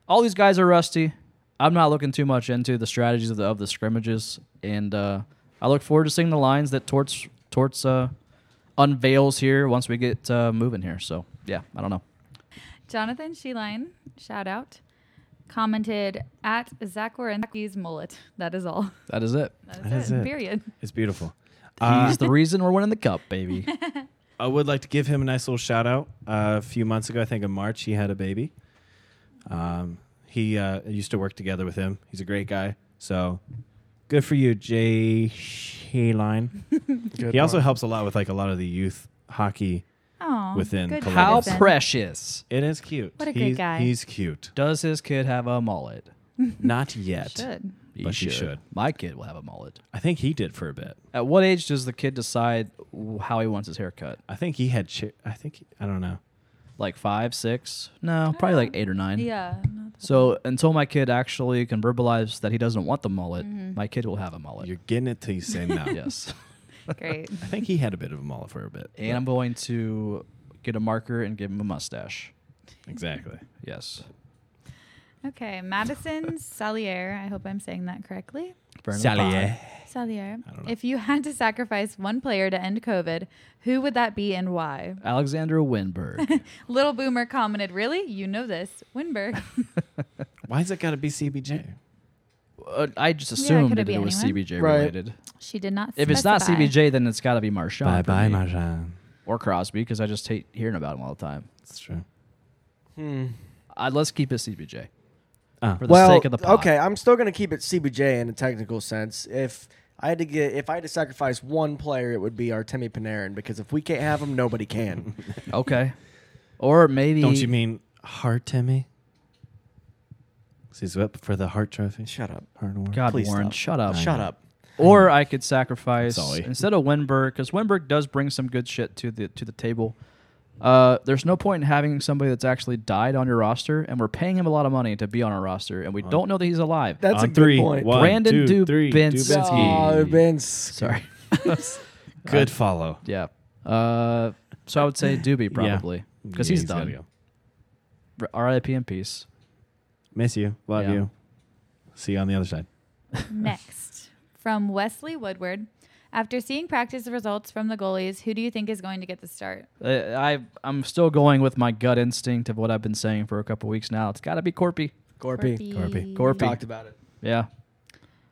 S1: all these guys are rusty. I'm not looking too much into the strategies of the, of the scrimmages, and uh, I look forward to seeing the lines that Torts Torts uh, unveils here once we get uh, moving here. So yeah, I don't know.
S5: Jonathan Sheline, shout out, commented at Zakwarinski's mullet. That is all.
S1: That is it.
S5: That is,
S2: That is
S5: it.
S2: it.
S5: Period.
S2: It's beautiful. Uh,
S1: He's the reason we're winning the cup, baby.
S2: I would like to give him a nice little shout out. Uh, a few months ago, I think in March, he had a baby. Um, he uh, I used to work together with him. He's a great guy. So good for you, Jay Shayline. he also helps a lot with like a lot of the youth hockey.
S5: Oh,
S2: Within
S5: good
S2: Columbus.
S1: How
S5: citizen.
S1: precious
S2: It is cute.
S5: What a
S2: he's,
S5: good guy.
S2: He's cute.
S1: does his kid have a mullet?
S2: Not yet.
S5: Should.
S1: He
S2: But he should.
S1: My kid will have a mullet.
S2: I think he did for a bit.
S1: At what age does the kid decide w- how he wants his haircut?
S2: I think he had. Chi- I think he- I don't know.
S1: Like five, six? No, probably like eight or nine.
S5: Yeah.
S1: So until my kid actually can verbalize that he doesn't want the mullet,
S5: Mm-hmm.
S1: my kid will have a mullet.
S2: You're getting it till you say no.
S1: yes.
S5: Great.
S2: I think he had a bit of a mullet for a bit.
S1: And I'm going to get a marker and give him a mustache.
S2: Exactly.
S1: Yes.
S5: Okay. Madison Salier. I hope I'm saying that correctly.
S1: Friend of the
S2: Sally,
S1: pod.
S2: eh?
S5: Salier.
S2: don't know.
S5: If you had to sacrifice one player to end COVID, who would that be and why?
S1: Alexandra Winberg.
S5: Little Boomer commented, Really? You know this. Winberg.
S2: Why has it got to be CBJ?
S1: Uh, I just
S5: Yeah,
S1: assumed
S5: could it
S1: that
S5: be
S1: it was
S5: anyone?
S1: CBJ
S4: Right.
S1: related.
S5: she did not
S1: If it's not
S5: specify.
S1: CBJ, then it's got to be Marshawn. for me.
S2: Marjan.
S1: Or Crosby, because I just hate hearing about him all the time.
S2: That's true.
S1: Uh, let's keep it CBJ.
S2: Uh,
S1: for the
S4: well,
S1: sake of the pod.
S4: okay, I'm still gonna keep it CBJ in a technical sense. If I had to get, if I had to sacrifice one player, it would be Artemi Panarin because if we can't have him, nobody can.
S1: Okay. Or maybe.
S2: Don't you mean heart, Timmy? He's up for the heart trophy.
S4: Shut up.
S2: Heart award.
S1: God,
S4: Please
S1: Warren,
S4: stop.
S1: shut up.
S4: Shut up.
S1: Or I could sacrifice
S2: Sully.
S1: instead of Wenberg because Wenberg does bring some good shit to the to the table. Uh, there's no point in having somebody that's actually died on your roster, and we're paying him a lot of money to be on our roster, and we don't know that he's alive.
S4: That's
S2: On
S4: a
S2: three,
S4: good point.
S2: one,
S1: Brandon
S2: two, three,
S1: Dubinsky.
S2: Dubinsky.
S4: Oh, Vince.
S1: Sorry.
S2: Good follow.
S1: yeah. Uh, so I would say Doobie probably because
S2: Yeah,
S1: he's,
S2: gotta
S1: done.
S2: go.
S1: R- R.I.P. in peace.
S2: Miss you. Love
S1: Yeah.
S2: you. See you on the other side.
S5: Next, from Wesley Woodward. After seeing practice results from the goalies, who do you think is going to get the start?
S1: Uh, I I'm still going with my gut instinct of what I've been saying for a couple weeks now. It's got to be Corpy.
S4: Corpy.
S2: Corby.
S4: Talked about it.
S1: Yeah.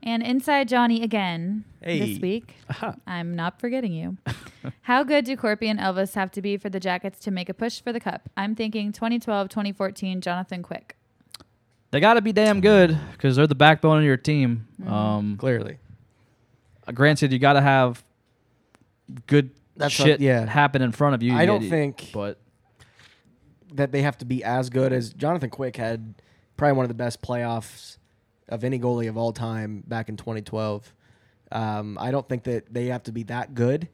S5: And Inside Johnny again
S4: Hey.
S5: this week. I'm not forgetting you. How good do Corpy and Elvis have to be for the Jackets to make a push for the cup? I'm thinking 2012, 2014, Jonathan Quick.
S1: They got to be damn good because they're the backbone of your team. Um,
S4: Clearly.
S1: granted, you got to have good
S4: That's
S1: shit
S4: what- yeah.
S1: happen in front of you.
S4: I don't
S1: Yeah,
S4: think-
S1: but
S4: that they have to be as good as Jonathan Quick had probably one of the best playoffs of any goalie of all time back in 2012. Um, I don't think that they have to be that good,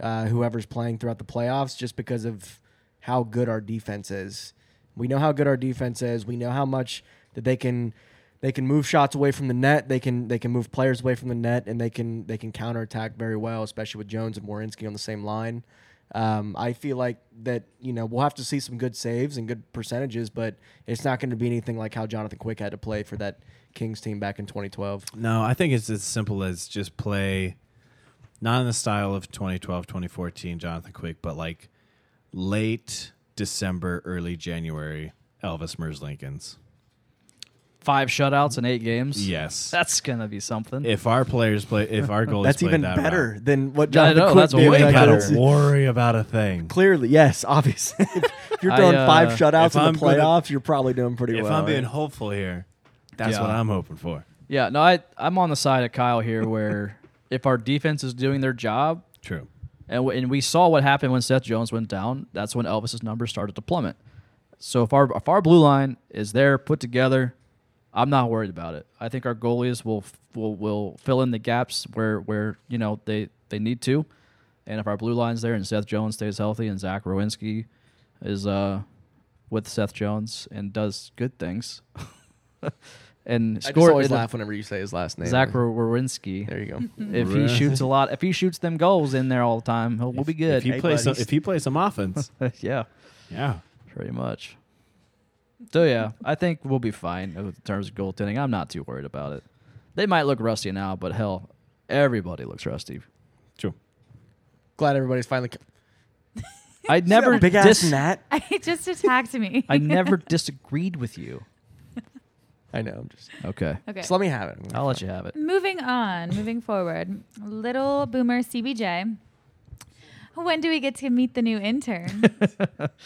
S4: uh, whoever's playing throughout the playoffs, just because of how good our defense is. We know how good our defense is. We know how much that they can they can move shots away from the net. They can they can move players away from the net, and they can they can counterattack very well, especially with Jones and Warinsky on the same line. Um, I feel like that you know we'll have to see some good saves and good percentages, but it's not going to be anything like how Jonathan Quick had to play for that Kings team back in 2012.
S2: No, I think it's as simple as just play not in the style of 2012, 2014 Jonathan Quick, but like late December, early January Elvis Mers Lincolns.
S1: five shutouts in eight games.
S2: Yes.
S1: That's going to be something.
S2: If our players play, if our goalies
S4: That's
S2: played
S4: even
S2: that
S4: better than what
S1: Yeah, I
S4: Jonathan
S1: know,
S4: Quick
S1: that's
S4: did.
S1: way
S2: route, we
S4: back
S2: gotta
S4: then.
S2: worry about a thing.
S4: Clearly, yes, obviously. if you're
S1: I,
S4: throwing five
S1: uh,
S2: if
S4: shutouts in
S2: I'm
S4: the
S2: gonna-
S4: playoffs, you're probably doing pretty
S2: If
S4: well.
S2: I'm being
S4: right?
S2: hopeful here, that's
S1: Yeah.
S2: what I'm hoping for.
S1: yeah, no, I, I'm on the side of Kyle here where if our defense is doing their job,
S2: True.
S1: And, w- and we saw what happened when Seth Jones went down. That's when Elvis's numbers started to plummet. So if our if our blue line is there put together, I'm not worried about it. I think our goalies will f- will will fill in the gaps where where you know they they need to. And if our blue line's there and Seth Jones stays healthy and Zach Rowinski is uh with Seth Jones and does good things and
S6: I just
S1: score
S6: always
S1: it'll-
S6: laugh whenever you say his last name.
S1: Zach Rowinski
S6: There you go.
S1: if he shoots a lot, if he shoots them goals in there all the time, he'll, we'll be good.
S2: If you
S6: Hey,
S2: play some,
S6: buddies.
S2: if you play some offense,
S1: yeah,
S2: yeah.
S1: pretty much. So yeah, I think we'll be fine in terms of goaltending. I'm not too worried about it. They might look rusty now, but hell, everybody looks rusty.
S2: True.
S6: Glad everybody's finally. c-
S1: I never
S4: big
S1: dis-
S4: ass Nat.
S5: He just attacked me.
S1: I never disagreed with you.
S6: I know. I'm just.
S1: Okay,
S5: okay.
S6: Just let me have it.
S1: I'll let you have it.
S5: Moving on, moving forward. Little Boomer CBJ. When do we get to meet the new intern?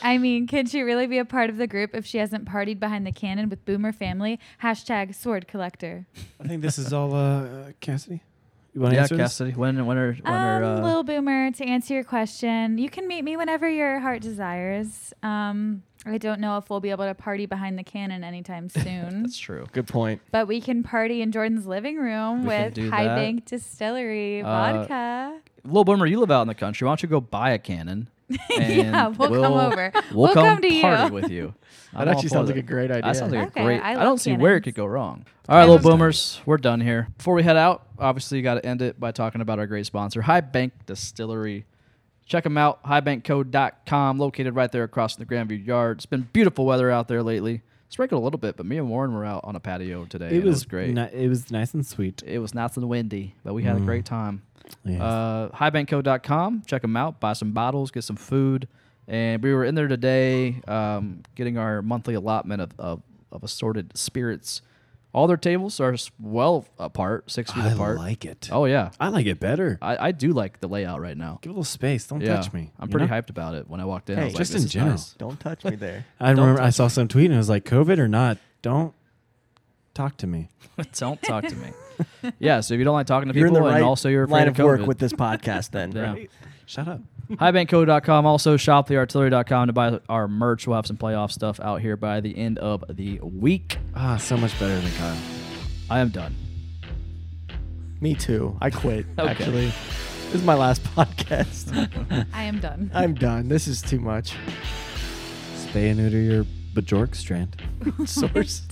S5: I mean, can she really be a part of the group if she hasn't partied behind the cannon with Boomer family? Hashtag sword collector.
S2: I think this is all uh, Cassidy. You want to
S1: Yeah,
S2: answer this?
S1: Cassidy. When when are when are
S5: Um,
S1: uh,
S5: Little Boomer, to answer your question, you can meet me whenever your heart desires. Um, I don't know if we'll be able to party behind the cannon anytime soon,
S1: that's true.
S6: Good point.
S5: but we can party in Jordan's living room
S1: We can
S5: with
S1: do
S5: High
S1: that.
S5: Bank Distillery
S1: Uh,
S5: vodka.
S1: Little Boomer, you live out in the country. Why don't you go buy a cannon? And
S5: Yeah, we'll come over.
S1: We'll,
S5: We'll
S1: come,
S5: come to
S1: party
S5: you.
S1: with you.
S6: That actually sounds like a great idea.
S1: That sounds like
S5: Okay,
S1: a great.
S5: I
S1: I,
S5: love
S1: don't see where it
S5: cannons.
S1: could go wrong. All right, little boomers, we're done here. Before we head out, obviously you got to end it by talking about our great sponsor, High Bank Distillery. Check them out, highbankco.com, located right there across the Grandview Yard. It's been beautiful weather out there lately. It's sprinkled a little bit, but me and Warren were out on a patio today. and It, was, great.
S2: ni- it was nice and sweet.
S1: it was nice and windy, but we had
S6: Mm.
S1: a great time.
S2: Yes.
S1: Uh, highbankco.com. Check them out. Buy some bottles, get some food. And we were in there today um, getting our monthly allotment of, of, of assorted spirits. All their tables are s- well apart, six feet
S2: I
S1: apart.
S2: like it.
S1: oh, yeah.
S2: I like it better.
S1: I, I do like the layout right now.
S2: Give it a little space. Don't
S1: Yeah.
S2: touch me.
S1: I'm
S2: you
S1: pretty
S2: know?
S1: hyped about it when I walked in. I
S6: Hey,
S1: was like,
S2: just
S1: this
S2: in
S1: is
S2: general.
S1: nice.
S6: Don't touch me there.
S2: I remember I saw some tweet and it was like, COVID or not, don't talk to me.
S1: don't talk to me. yeah, so if you don't like talking to
S4: You're in
S1: people
S4: the right
S1: and also you're afraid
S4: line of work
S1: COVID.
S4: with this podcast. Then
S1: Yeah.
S2: Shut up.
S1: Highbankco.com. Also, shoptheartillery.com to buy our merch. We'll have some playoff stuff out here by the end of the week.
S2: Ah, so much better than Kyle.
S1: I am done.
S4: me too. I quit.
S1: Okay.
S4: Actually, this is my last podcast.
S5: I am done.
S4: I'm done. This is too much.
S2: Spay and neuter your Bajork strand.
S4: Source.